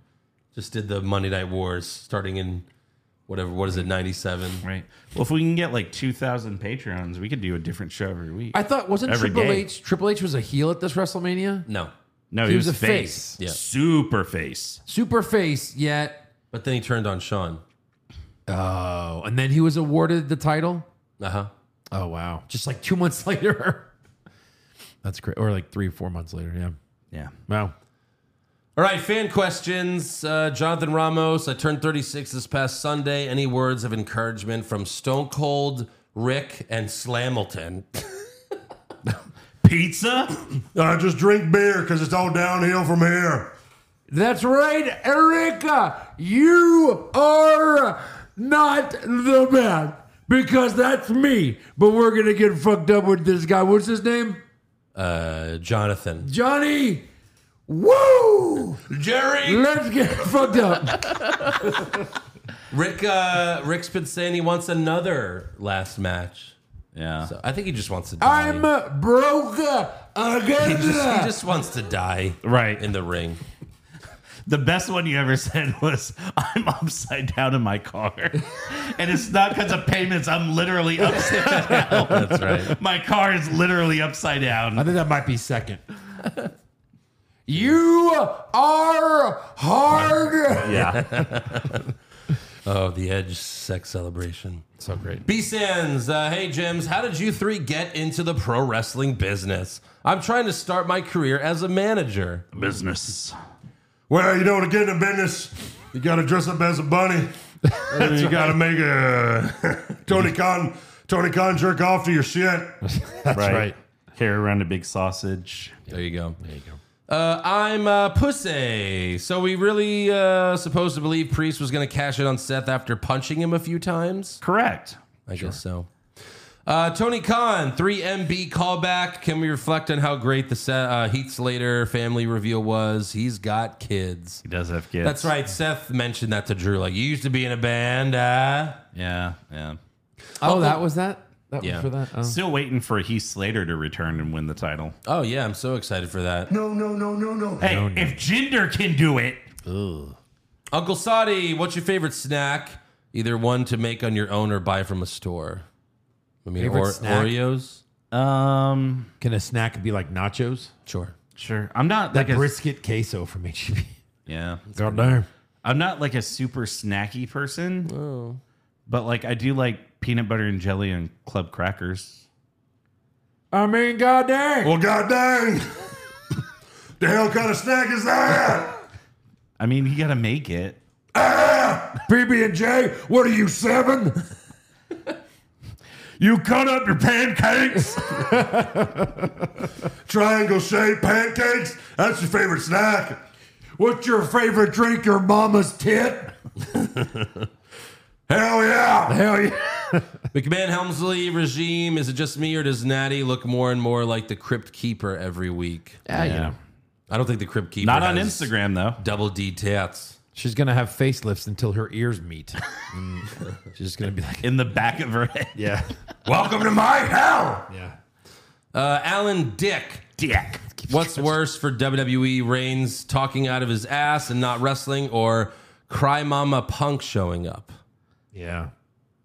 D: just did the Monday Night Wars starting in whatever? What is it? Ninety seven.
E: Right. Well, if we can get like 2000 Patreons, we could do a different show every week.
F: I thought wasn't
E: Every
F: Triple
E: day.
F: H Triple H was a heel at this WrestleMania?
D: No,
E: no,
F: he was a face.
D: Yeah.
E: Super face.
F: Super face yet
D: but then he turned on Sean.
F: oh and then he was awarded the title?
D: Uh huh.
F: Oh wow. Just like 2 months later. That's great. Or like 3 4 months later, yeah.
E: Yeah.
F: Wow.
D: All right, fan questions. Uh, Jonathan Ramos, I turned 36 this past Sunday. Any words of encouragement from Stone Cold, Rick, and Slamilton?
E: Pizza?
C: I just drink beer because it's all downhill from here.
F: That's right, Erica. You are not the man because that's me. But we're going to get fucked up with this guy. What's his name?
D: Uh, Jonathan.
F: Johnny. Woo!
D: Jerry!
F: Let's get fucked up.
D: Rick uh, Rick's been saying he wants another last match.
E: Yeah.
D: So I think he just wants to die.
F: I'm broke again.
D: he, just, he just wants to die
E: Right.
D: in the ring.
E: The best one you ever said was, I'm upside down in my car. and it's not because of payments. I'm literally upside
D: That's right.
E: My car is literally upside
F: I
E: down.
F: think that might be second. you are hard.
E: Yeah.
D: Oh, the Edge sex celebration.
F: So great.
D: B Sands, uh, hey Jims, how did you three get into the pro wrestling business? I'm trying to start my career as a manager.
E: Business.
C: Well, you know, to get in the business, you got to dress up as a bunny. and you got to make a Tony Khan, Tony Khan jerk off to your shit.
E: That's right. Carry around a big sausage.
D: There you go. There you go. Uh, I'm uh, pussy. So we really uh, supposed to believe Priest was going to cash it on Seth after punching him a few times.
E: Correct.
D: I guess so. Uh, Tony Khan, 3MB callback. Can we reflect on how great the Sa- uh, Heath Slater family reveal was? He's got kids.
E: He does have kids.
D: That's right. Seth mentioned that to Drew. Like, you used to be in a band. Uh.
E: Yeah, yeah.
F: Oh, that was that. That
D: Yeah.
F: was for that. Oh.
E: Still waiting for Heath Slater to return and win the title.
D: Oh, yeah. I'm so excited for that.
C: No, no, no, no, no.
E: Hey, if Jinder can do it,
D: Uncle Sadi, what's your favorite snack? Either one to make on your own or buy from a store. I mean,
F: Favorite
D: or-
F: snack?
D: Oreos?
E: um,
F: Can a snack be like nachos?
D: Sure.
E: sure. I'm not
F: That
E: like a
F: brisket queso from E HEB.
E: yeah.
F: God damn.
E: I'm not like a super snacky person. But like I do like peanut butter and jelly and club crackers.
F: I mean, god damn.
C: Well, god dang. the hell kind of snack is that?
E: I mean, you got to make it.
C: PB and J. What are you seven? you cut up your pancakes. Triangle shaped pancakes. That's your favorite snack. What's your favorite drink? Your mama's tit. hell yeah.
F: Hell yeah.
D: McMahon Helmsley regime. Is it just me or does Natty look more and more like the Crypt Keeper every week?
F: Yeah, you
E: Yeah.
F: know.
D: I don't think the Crypt Keeper.
E: Not on
D: has
E: Instagram though.
D: Double D tats.
F: She's gonna have facelifts until her ears meet. Mm. She's just gonna be like,
E: In the back of her head.
F: yeah,
C: Welcome to my hell.
F: yeah.
D: Uh, Alan Dick.
E: Dick.
D: What's worse for WWE Reigns talking out of his ass and not wrestling, or Cry Mama Punk showing up?
F: Yeah.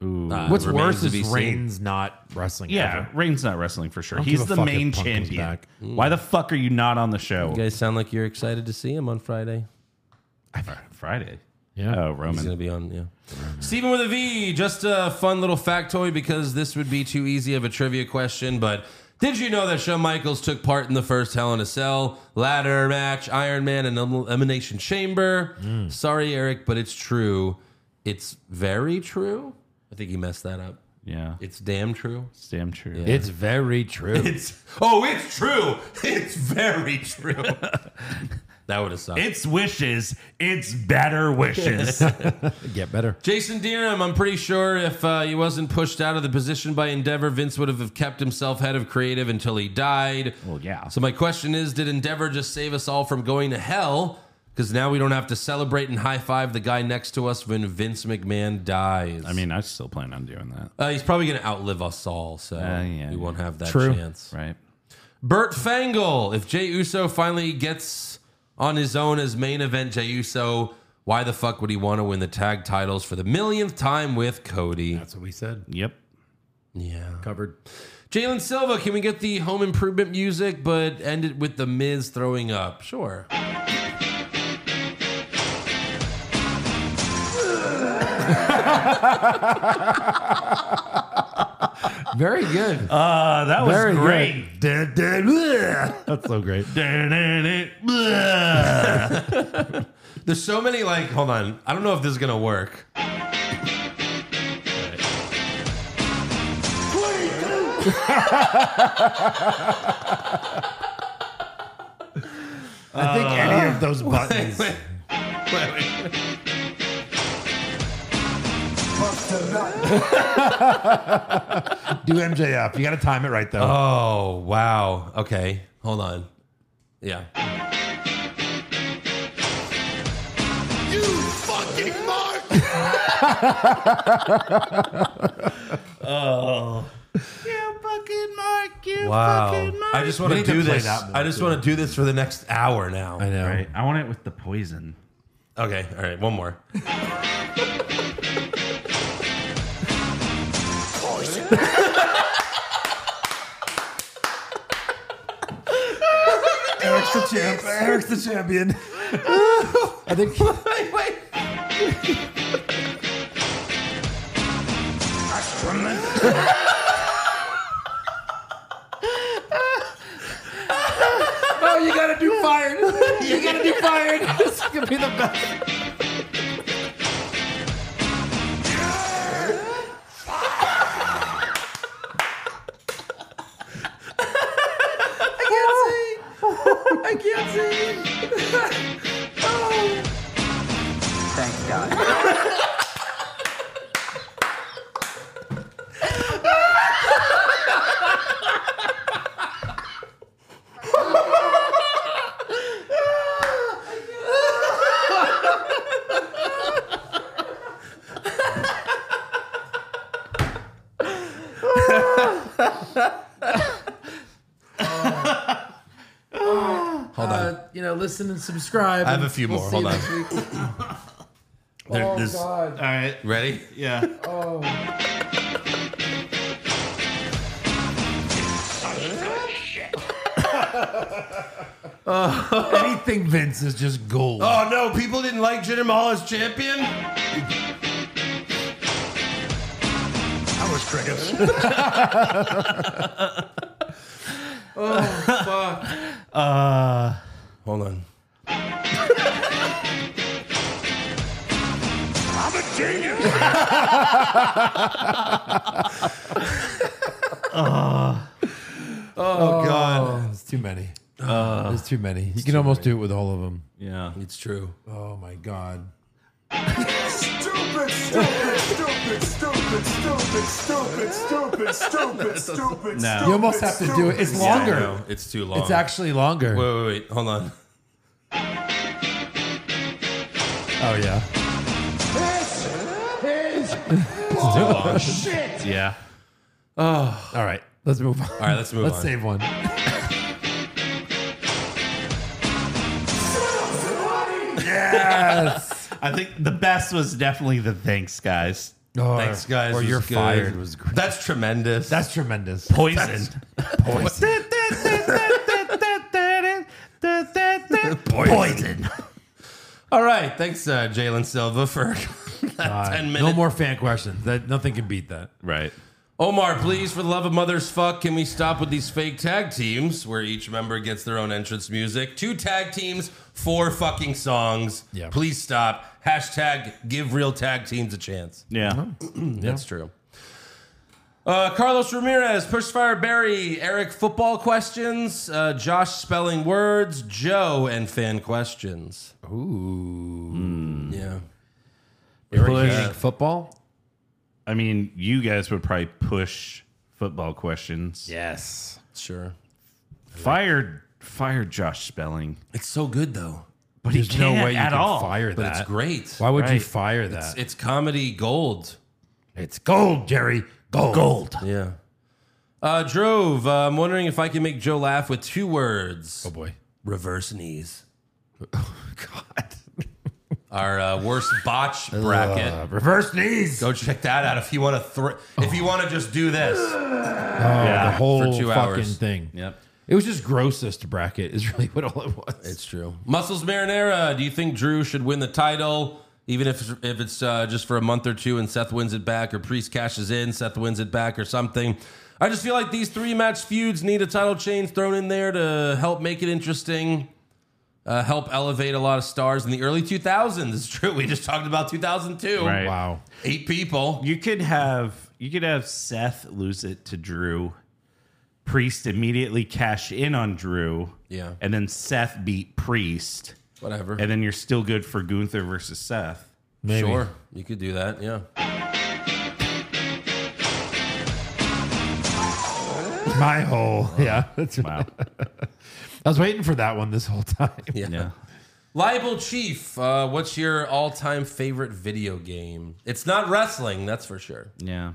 D: Uh,
F: What's worse
D: remains to be
F: is
D: seen.
F: Reigns not wrestling.
E: Yeah,
F: ever.
E: Reigns not wrestling for sure.
F: don't
E: He's
F: give a
E: the
F: fuck if
E: main
F: Punk comes
E: champion.
F: back.
E: Why the fuck are you not on the show?
D: You guys sound like you're excited to see him on Friday.
E: Friday.
F: Yeah.
E: Oh,
D: He's
E: Roman.
D: going to be on, yeah. Steven with a V, just a fun little factoid because this would be too easy of a trivia question, but did you know that Shawn Michaels took part in the first Hell in a Cell ladder match, Iron Man, and Elimination Chamber? Sorry, Eric, but it's true. It's very true. I think you messed that up.
E: Yeah.
D: It's damn true.
E: It's damn true.
F: It's very true.
D: It's oh, it's true. It's very true. that would have sucked.
E: It's wishes. It's better wishes.
F: Get better.
D: Jason Deerham, I'm pretty sure if uh, he wasn't pushed out of the position by Endeavor, Vince would have kept himself head of creative until he died.
E: well, yeah.
D: So my question is, did Endeavor just save us all from going to hell? Because now we don't have to celebrate and high five the guy next to us when Vince McMahon dies.
E: I mean, I still plan on doing that.
D: uh, he's probably going to outlive us all, so
E: Uh, yeah,
D: we won't have that
F: True.
D: chance.
E: Right.
D: Burt Fangle. If Jay Uso finally gets on his own as main event Jay Uso, why the fuck would he want to win the tag titles for the millionth time with Cody?
F: That's what we said.
E: Yep.
D: yeah.
F: Covered.
D: Jalen Silva, can we get the home improvement music but end it with the Miz throwing up? Sure.
F: Very good.
E: Uh, that was
F: Very
E: great.
C: Dead, dead. bleh.
F: That's so great.
C: Bleh.
D: There's so many like, hold on. I don't know if this is gonna work.
F: I think any of those buttons. Do MJF. You got to time it right though.
D: Oh wow. Okay. Hold on. Yeah.
C: You fucking mark.
D: Oh. Wow. I just want
F: We need to
D: to do
F: play
D: this.
F: that more,
D: I just want to do this for the next hour now.
F: I know.
E: Right. I want it with the poison.
D: Okay. All right. One more.
C: Eric's the champ. Eric's the champion.
F: I think
D: Wait, wait.
F: Oh, you gotta do fired. you gotta do fired. This could be the best.
A: listen and subscribe.
D: I have
A: and
D: a few
A: we'll
D: more.
A: see you
D: Hold
A: next week.
D: There-
F: Oh
D: there's-
F: God!
E: All right.
D: Ready?
E: Yeah.
D: Oh.
F: Anything Vince is just gold.
D: Oh no, people didn't like Jinder Mahal as champion?
C: I was crickets.
D: Hold on.
C: I'm a genius.
F: Oh, God! It's too many. There's too many. You can almost do it with all of them.
E: Yeah.
D: It's true.
F: Oh my God!
C: Stupid, stupid, stupid, stupid, stupid, stupid, stupid, stupid, stupid,
E: No.
F: You almost have to do it. It's
D: I
F: longer.
D: know. It's too long.
F: It's actually longer.
D: Wait, wait, wait. Hold on.
F: Oh yeah.
E: Yeah.
F: All right. Let's move on. All
D: right, let's move
F: Let's
D: on.
F: save one. yes.
E: I think the best was definitely the thanks, guys.
F: Or-
D: Thanks, guys.
F: Oh, Or
D: It was
F: you're
D: good.
F: fired was great.
D: That's tremendous.
F: That's tremendous.
E: Poison. Poison. Poison.
D: all right. Thanks, uh, Jalen Silva, for that
F: God.
D: 10 minutes.
F: Uh, no more fan questions. That nothing can beat that.
E: Right.
D: Omar, please, for the love of mother's fuck, can we stop with these fake tag teams where each member gets their own entrance music? Two tag teams, four fucking songs.
F: Yeah.
D: Please stop. Hashtag give real tag teams a chance.
E: Yeah.
D: That's true. Uh, Carlos Ramirez, Pushfire Barry, Eric football questions, uh, Josh spelling words, Joe and fan questions. Ooh. Yeah.
F: Push.
D: uh,
F: football.
E: I mean, you guys would probably push football questions.
F: Yes.
D: Sure.
E: Fired fired Josh Spelling.
D: It's so good though.
E: But
F: There's
E: he
F: no
E: can't
F: way you
E: at
F: can
E: all.
F: fire
D: But
F: that.
D: it's great.
F: Why would you
E: Right.
F: fire that?
D: It's comedy gold.
F: It's gold, Jerry. Gold. Gold.
D: Yeah. Uh, Drove, uh, I'm wondering if I can make Joe laugh with two words
F: Oh boy.
D: reverse knees. God. Our uh, worst botch bracket.
F: Uh, reverse knees.
D: Go check that out if you want to. Thr- if you want to just do this,
F: Oh, the whole
D: for two
F: fucking
D: hours.
F: thing.
E: Yep.
F: It was just grossest bracket is really what all it was.
D: it's true. Muscles Marinara. Do you think Drew should win the title, even if it's- if it's uh, just for a month or two, and Seth wins it back, or Priest cashes in, Seth wins it back, or something? I just feel like these three match feuds need a title change thrown in there to help make it interesting. Uh, help elevate a lot of stars in the early 2000s. It's true. We just talked about 2002.
E: Right.
F: wow.
D: Eight people.
E: You could have you could have Seth lose it to Drew. Priest immediately cash in on Drew.
D: Yeah.
E: And then Seth beat Priest.
D: Whatever.
E: And then you're still good for Gunther versus Seth.
F: Maybe.
D: Sure, you could do that. Yeah.
F: My hole. Yeah. That's
E: Wow.
F: I was waiting for that one this whole time.
E: yeah.
D: Libel Chief, uh, what's your all-time favorite video game? It's not wrestling, that's for sure.
E: Yeah.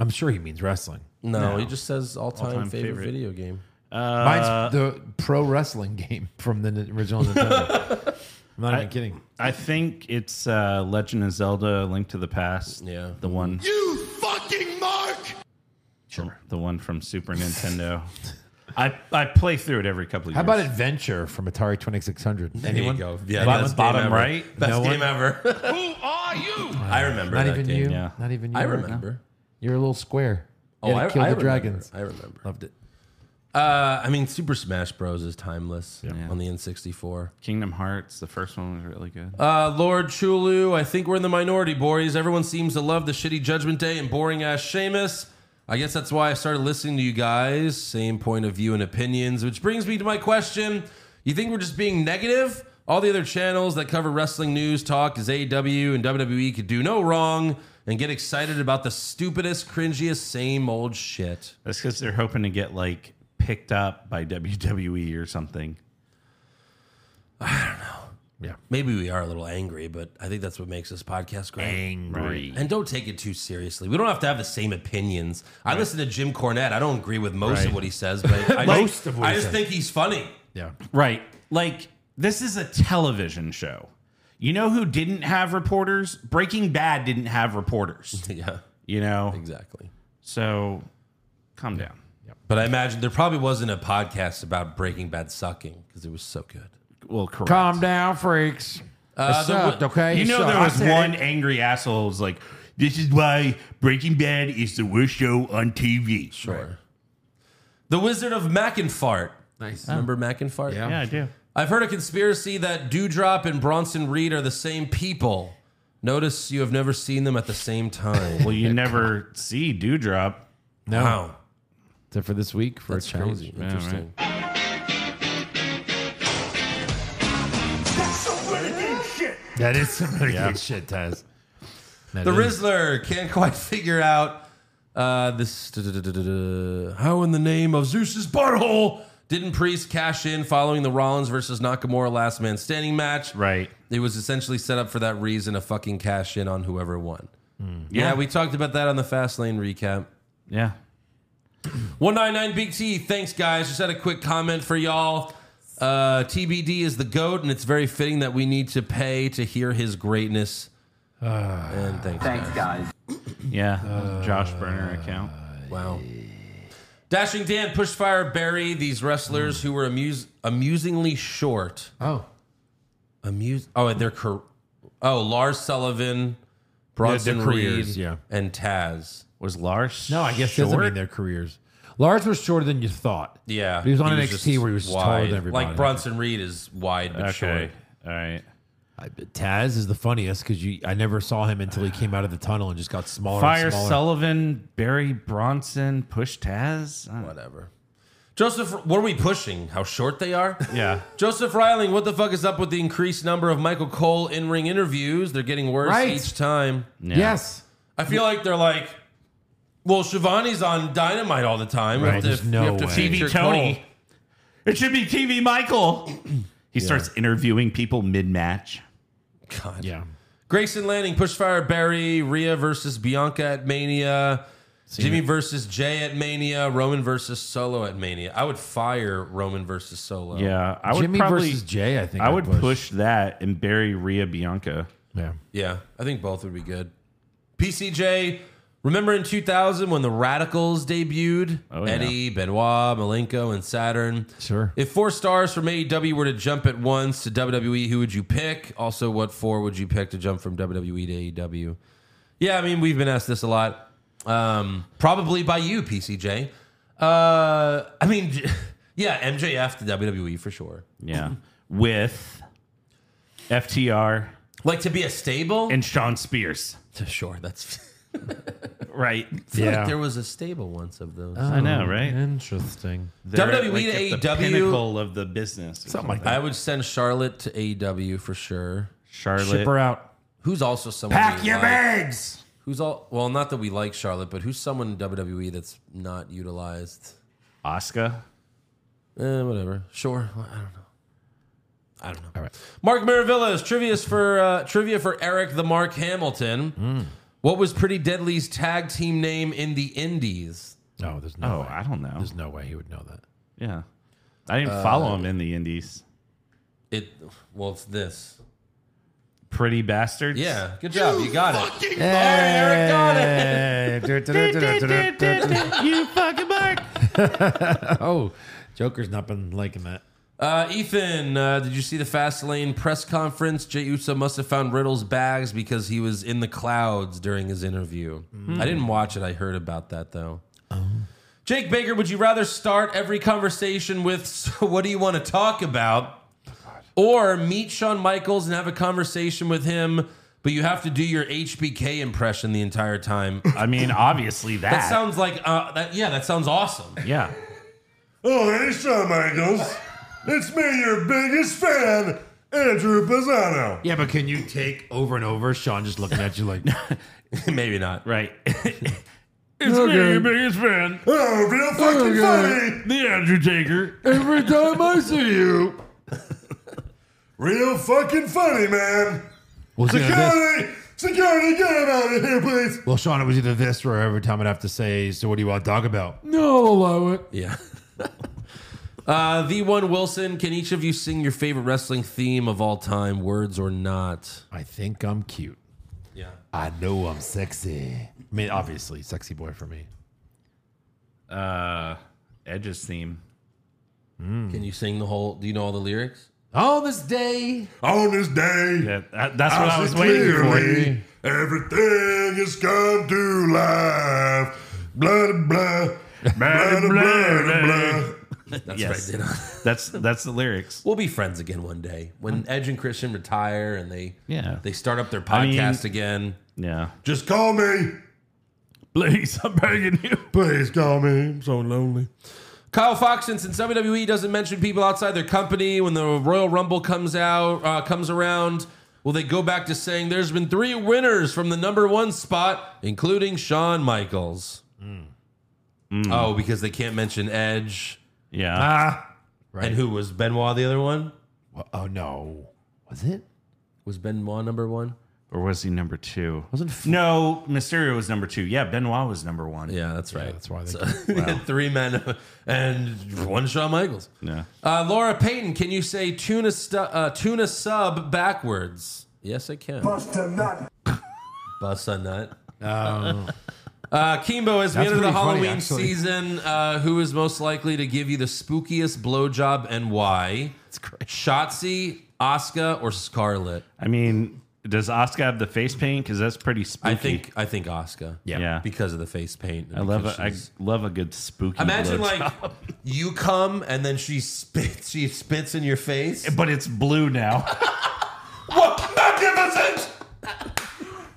F: I'm sure he means wrestling.
D: No, he just says all-time,
E: All-time
D: favorite,
E: favorite.
D: video game.
E: Uh,
F: Mine's the pro wrestling game from the n- original Nintendo. I'm not even kidding.
E: I think it's uh, Legend of Zelda: A Link to the Past.
D: Yeah.
E: the one,
C: You fucking mark.
E: sure. the one from Super Nintendo. I I play through it every couple of
F: How
E: years.
F: about Adventure from Atari 2600? Anyone?
D: There you go. Yeah,
F: Bottom-
D: best game
E: bottom
D: ever.
E: right?
D: Best
F: No
D: game
F: one?
D: ever.
C: Who are you?
D: I remember
F: Not
D: that
F: even
D: game.
F: you.
E: yeah.
F: Not even you.
D: I
F: right?
D: remember.
F: You're a little square. You
D: Oh,
F: had to
D: I,
F: kill
D: I
F: the
D: remember.
F: dragons.
D: I remember.
F: Loved it.
D: Uh, I mean, Super Smash Bros. is timeless
E: Yeah.
D: on the N64.
E: Kingdom Hearts? The first one was really good.
D: Uh, Lord Chulu, I think we're in the minority, boys. Everyone seems to love the shitty Judgment Day and boring ass Seamus. I guess that's why I started listening to you guys. Same point of view and opinions, which brings me to my question. You think we're just being negative? All the other channels that cover wrestling news talk is AEW and WWE could do no wrong and get excited about the stupidest, cringiest, same old shit.
E: That's because they're hoping to get like picked up by WWE or something.
D: Maybe we are a little angry, but I think that's what makes this podcast great.
E: Angry.
D: And don't take it too seriously. We don't have to have the same opinions. I listen to Jim Cornette. I don't agree with most of what he says, but I, I
F: Most
D: just,
F: of what
D: I
F: he
D: just
F: says.
D: think he's funny.
F: Yeah.
E: Right. Like This is a television show. You know who didn't have reporters? Breaking Bad didn't have reporters.
D: yeah,
E: You know,
D: exactly.
E: so calm down.
D: But I imagine there probably wasn't a podcast about Breaking Bad sucking because it was so good.
E: Well, correct.
F: Calm down, freaks. it
D: Uh, the-
F: sucked, okay?
E: You
F: It
E: know, there
F: sucked.
E: was one angry asshole who's like,
C: This is why Breaking Bad is the worst show on TV.
D: Sure. The Wizard of Mackinfart.
F: Nice.
D: Remember Mackinfart?
F: Yeah.
E: I do.
D: I've heard a conspiracy that Dewdrop and Bronson Reed are the same people. Notice you have never seen them at the same time.
E: Well, you never see Dewdrop.
F: No.
D: wow.
F: Except for this week for a challenge.
D: Crazy. Interesting.
F: That is some really good shit, Taz. That
D: The
F: is-
D: Rizzler can't quite figure out uh, this. How in the name of Zeus's butthole didn't Priest cash in following the Rollins versus Nakamura last man standing match?
E: Right.
D: It was essentially set up for that reason to fucking cash in on whoever won. Yeah. we talked about that on the Fast Lane recap.
E: Yeah.
D: 199 Big T, thanks guys. Just had a quick comment for y'all. Uh, TBD is the GOAT, and it's very fitting that we need to pay to hear his greatness.
F: Ah.
D: and thanks, guys.
E: Yeah. Josh Burner account.
D: Wow. Dashing Dan, Pushfire, Barry, these wrestlers who were amuse- amusingly short.
F: Oh.
D: Amuse- oh, and their car- Oh, Lars Sullivan, Bronson Reed,
F: careers, yeah.
D: and Taz.
E: Was Lars?
F: No, I guess
E: short?
F: doesn't mean their careers. Lars was shorter than you thought.
D: Yeah.
F: But he was on NXT
D: just
F: where he was just taller
D: wide.
F: than everybody.
D: Like Bronson Reed is wide but
E: Okay.
D: short.
E: All right.
F: I- but Taz is the funniest because you I never saw him until he came out of the tunnel and just got smaller.
E: Fire
F: and smaller.
E: Sullivan, Barry Bronson, Push Taz. I don't-
D: Whatever. Joseph, what are we pushing? How short they are?
E: Yeah.
D: Joseph Ryling, what the fuck is up with the increased number of Michael Cole in ring interviews? They're getting worse
F: Right.
D: each time.
F: Yes.
D: I feel like they're like, well, Shivani's on Dynamite all the time. We
F: Right,
D: have
F: there's
D: to,
F: no
D: we have to
F: way.
D: feature
E: TV Tony.
D: Cole.
E: It should be TV Michael. he starts interviewing people mid match.
D: God.
F: Yeah.
D: Grayson Landing, Pushfire Barry, Rhea versus Bianca at Mania, Jimmy versus Jay at Mania, Roman versus Solo at Mania. I would fire Roman versus Solo.
E: Yeah. I would
F: Jimmy
E: probably,
F: versus Jay, I think.
E: I
F: I'd
E: would push. that and bury Rhea Bianca.
F: Yeah.
D: Yeah, I think both would be good. PCJ, remember in 2000 when the Radicals debuted?
E: yeah.
D: Eddie, Benoit, Malenko, and Saturn.
F: Sure.
D: If four stars from AEW were to jump at once to WWE, who would you pick? Also, what four would you pick to jump from WWE to AEW? Yeah, I mean, we've been asked this a lot. Um, probably by you, PCJ. Uh, I mean, yeah, MJF to WWE for sure.
E: Yeah. With FTR
D: Like to be a stable?
E: and Sean Spears.
D: sure, that's.
E: Right.
D: I feel like
F: Yeah.
D: there was a stable once of those.
E: I know, right?
F: Interesting.
E: They're at,
D: WWE to
E: at the
D: AEW.
E: pinnacle of the business. or Something like
D: I would send Charlotte to AEW for sure.
E: Charlotte.
F: Ship her out.
D: Who's also someone
C: Pack
D: we
C: your
D: like-
C: bags.
D: Who's all well? Not that we like Charlotte, but who's someone in WWE that's not utilized?
E: Oscar.
D: Eh, whatever. Sure, I don't know. I don't know. All right. Mark Maravillas trivia for uh, trivia for Eric the Mark Hamilton.
C: Mm.
D: What was Pretty Deadly's tag team name in the Indies?
F: No, there's no
E: Oh,
F: way.
E: I don't know.
F: There's no way he would know that.
E: Yeah. I didn't follow him in the indies.
D: It well, it's this.
E: Pretty bastards.
D: Yeah, good job. You, got it.
F: Eric
D: got
E: you fucking Mark.
F: Oh, Joker's not been liking that.
D: Uh, Ethan, uh, did you see the Fastlane press conference? Jey Uso must have found Riddle's bags because he was in the clouds during his interview. I didn't watch it. I heard about that though. Jake Baker, would you rather start every conversation with "So "What do you want to talk about," or meet Shawn Michaels and have a conversation with him, but you have to do your HBK impression the entire time?
E: I mean, obviously that.
D: that sounds like uh, that. Yeah, that sounds awesome.
E: yeah.
C: Oh, hey, Shawn Michaels. It's me, your biggest fan, Andrew Pisano.
F: Yeah, but can you take over and over? Sean just looking at you like,
D: Maybe not.
E: Right.
F: it's okay.
E: biggest fan,
C: Oh, real fucking funny.
E: the Andrew Taker.
F: Every time I see you.
C: Real fucking funny, man.
F: Was it this?
C: Security! Security, get him out of here, please!
F: Well, Sean, it was either this or every time I'd have to say, so what do you want to talk about? No, I'll allow it.
D: Yeah. Uh, the one Wilson, can each of you sing your favorite wrestling theme of all time, words or not?
F: I think I'm cute.
D: Yeah.
F: I know I'm sexy. I mean, obviously, sexy boy for me.
E: Uh, Edge's theme. Hmm.
D: Can you sing the whole? Do you know all the lyrics?
F: On this day,
C: On this day,
E: Yeah, that- uh, that's what I
C: see
E: was waiting for.
C: clearly Everything has come to life. Blah, blah, blah, blah, blah, blah, blah.
D: That's
E: Yes.
D: right. Did I?
E: That's that's the lyrics.
D: We'll be friends again one day when Edge and Christian retire and they
E: Yeah.
D: they start up their podcast
E: I mean-
D: again.
E: Yeah.
C: Just call me.
E: Please, I'm begging you.
C: Please call me. I'm so lonely.
D: Kyle Foxon, since WWE doesn't mention people outside their company when the Royal Rumble comes out uh, comes around, will they go back to saying there's been three winners from the number one spot, including Shawn Michaels? Oh, because they can't mention Edge
E: Yeah.
D: and who was Benoit the other one?
F: Well, oh no, was it?
D: Was Benoit number one?
E: or was he number two?
F: Wasn't f-
E: No, Mysterio was number two. Yeah, Benoit was number one.
D: Yeah, that's right.
F: that's why they
D: So, we had three men and one Shawn Michaels.
E: Yeah.
D: Uh, Laura Payton, can you say tuna stu- uh, tuna sub backwards? Yes, I can. Bust a nut. Bust a nut. Uh, Kimbo, as we
F: That's
D: enter the
F: pretty funny,
D: Halloween
F: actually.
D: season, uh, who is most likely to give you the spookiest blowjob and why? It's great. Shotzi, Oscar, or Scarlet?
E: I mean, does Oscar have the face paint? Because that's pretty spooky.
D: I think I think Oscar.
E: Yeah. Yeah.
D: because of the face paint.
E: I love a, I love a good spooky.
D: Imagine
E: blood-
D: like you come and then she spits. She spits in your face.
E: but it's blue now.
C: What magnificent!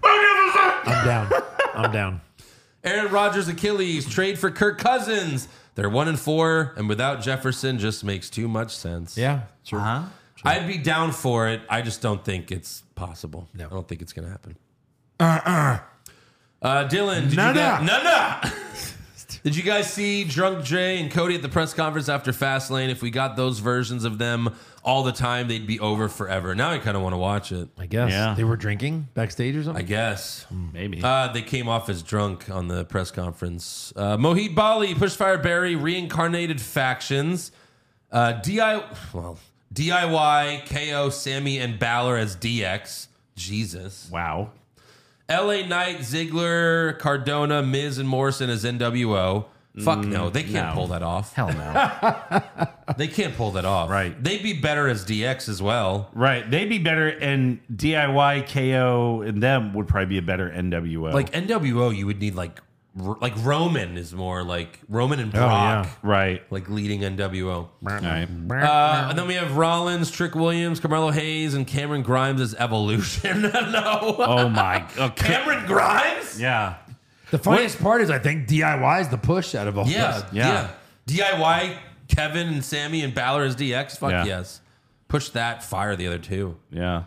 C: Magnificent!
F: I'm down. I'm down.
D: Aaron Rodgers Achilles trade for Kirk Cousins. They're one and four, and without Jefferson, just makes too much sense.
F: Yeah, sure.
E: Uh-huh.
D: I'd be down for it. I just don't think it's possible. I don't think it's gonna happen. Uh, uh. Dylan, did you guys, Nana. did you guys see Drunk Jay and Cody at the press conference after Fastlane? If we got those versions of them all the time, they'd be over forever. Now I kind of want to watch it.
F: I guess
E: Yeah.
F: they were drinking backstage or
D: I
F: something.
D: guess.
E: Maybe.
D: Uh, they came off as drunk on the press conference. Uh, Mohit Bali, Pushfire Barry, reincarnated factions. Uh, DIY, well, DIY, KO, Sammy, and Balor as DX. Jesus.
E: wow.
D: LA Knight, Ziggler, Cardona, Miz, and Morrison as NWO. Fuck Mm, no, they can't pull that off. Hell no. they can't pull that off.
E: Right.
D: They'd be better as DX as well.
E: Right. They'd be better, and DIY KO and them would probably be a better NWO.
D: Like NWO, you would need like, R- like Roman is more like Roman
E: Oh,
D: and Brock.
F: yeah.
E: right.
D: like leading NWO.
E: All right.
D: Uh, and then we have Rollins, Trick Williams, Carmelo Hayes, and Cameron Grimes as Evolution. no,
E: Oh my. Okay.
D: Cameron Grimes.
E: Yeah.
F: The funniest part is I think DIY is the push out of all
D: Yeah,
F: this.
D: yeah, DIY Kevin and Sammy and Balor as DX. Fuck
E: Yeah.
D: yes, push that. Fire the other two
E: Yeah.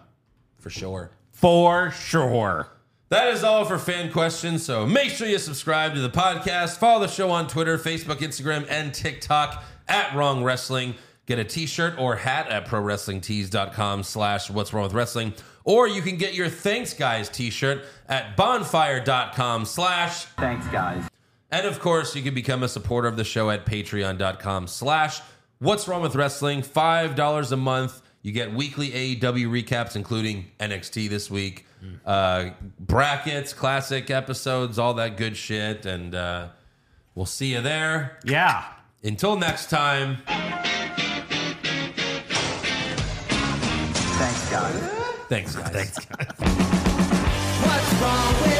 D: for sure.
E: For sure.
D: That is all for fan questions. So make sure you subscribe to the podcast. Follow the show on Twitter, Facebook, Instagram, and TikTok at Wrong Wrestling. Get a t-shirt or hat at prowrestlingtees.com slash what's wrong with wrestling. Or you can get your Thanks Guys t-shirt at bonfire.com slash
A: Thanks, guys.
D: and of course, you can become a supporter of the show at patreon.com slash what's wrong with wrestling. Five dollars a month. You get weekly AEW recaps, including NXT this week, uh, brackets, classic episodes, all that good shit. And uh, we'll see you there.
E: Yeah.
D: Until next time.
A: Thanks, guys.
D: Thanks, guys.
A: What's wrong with Oh,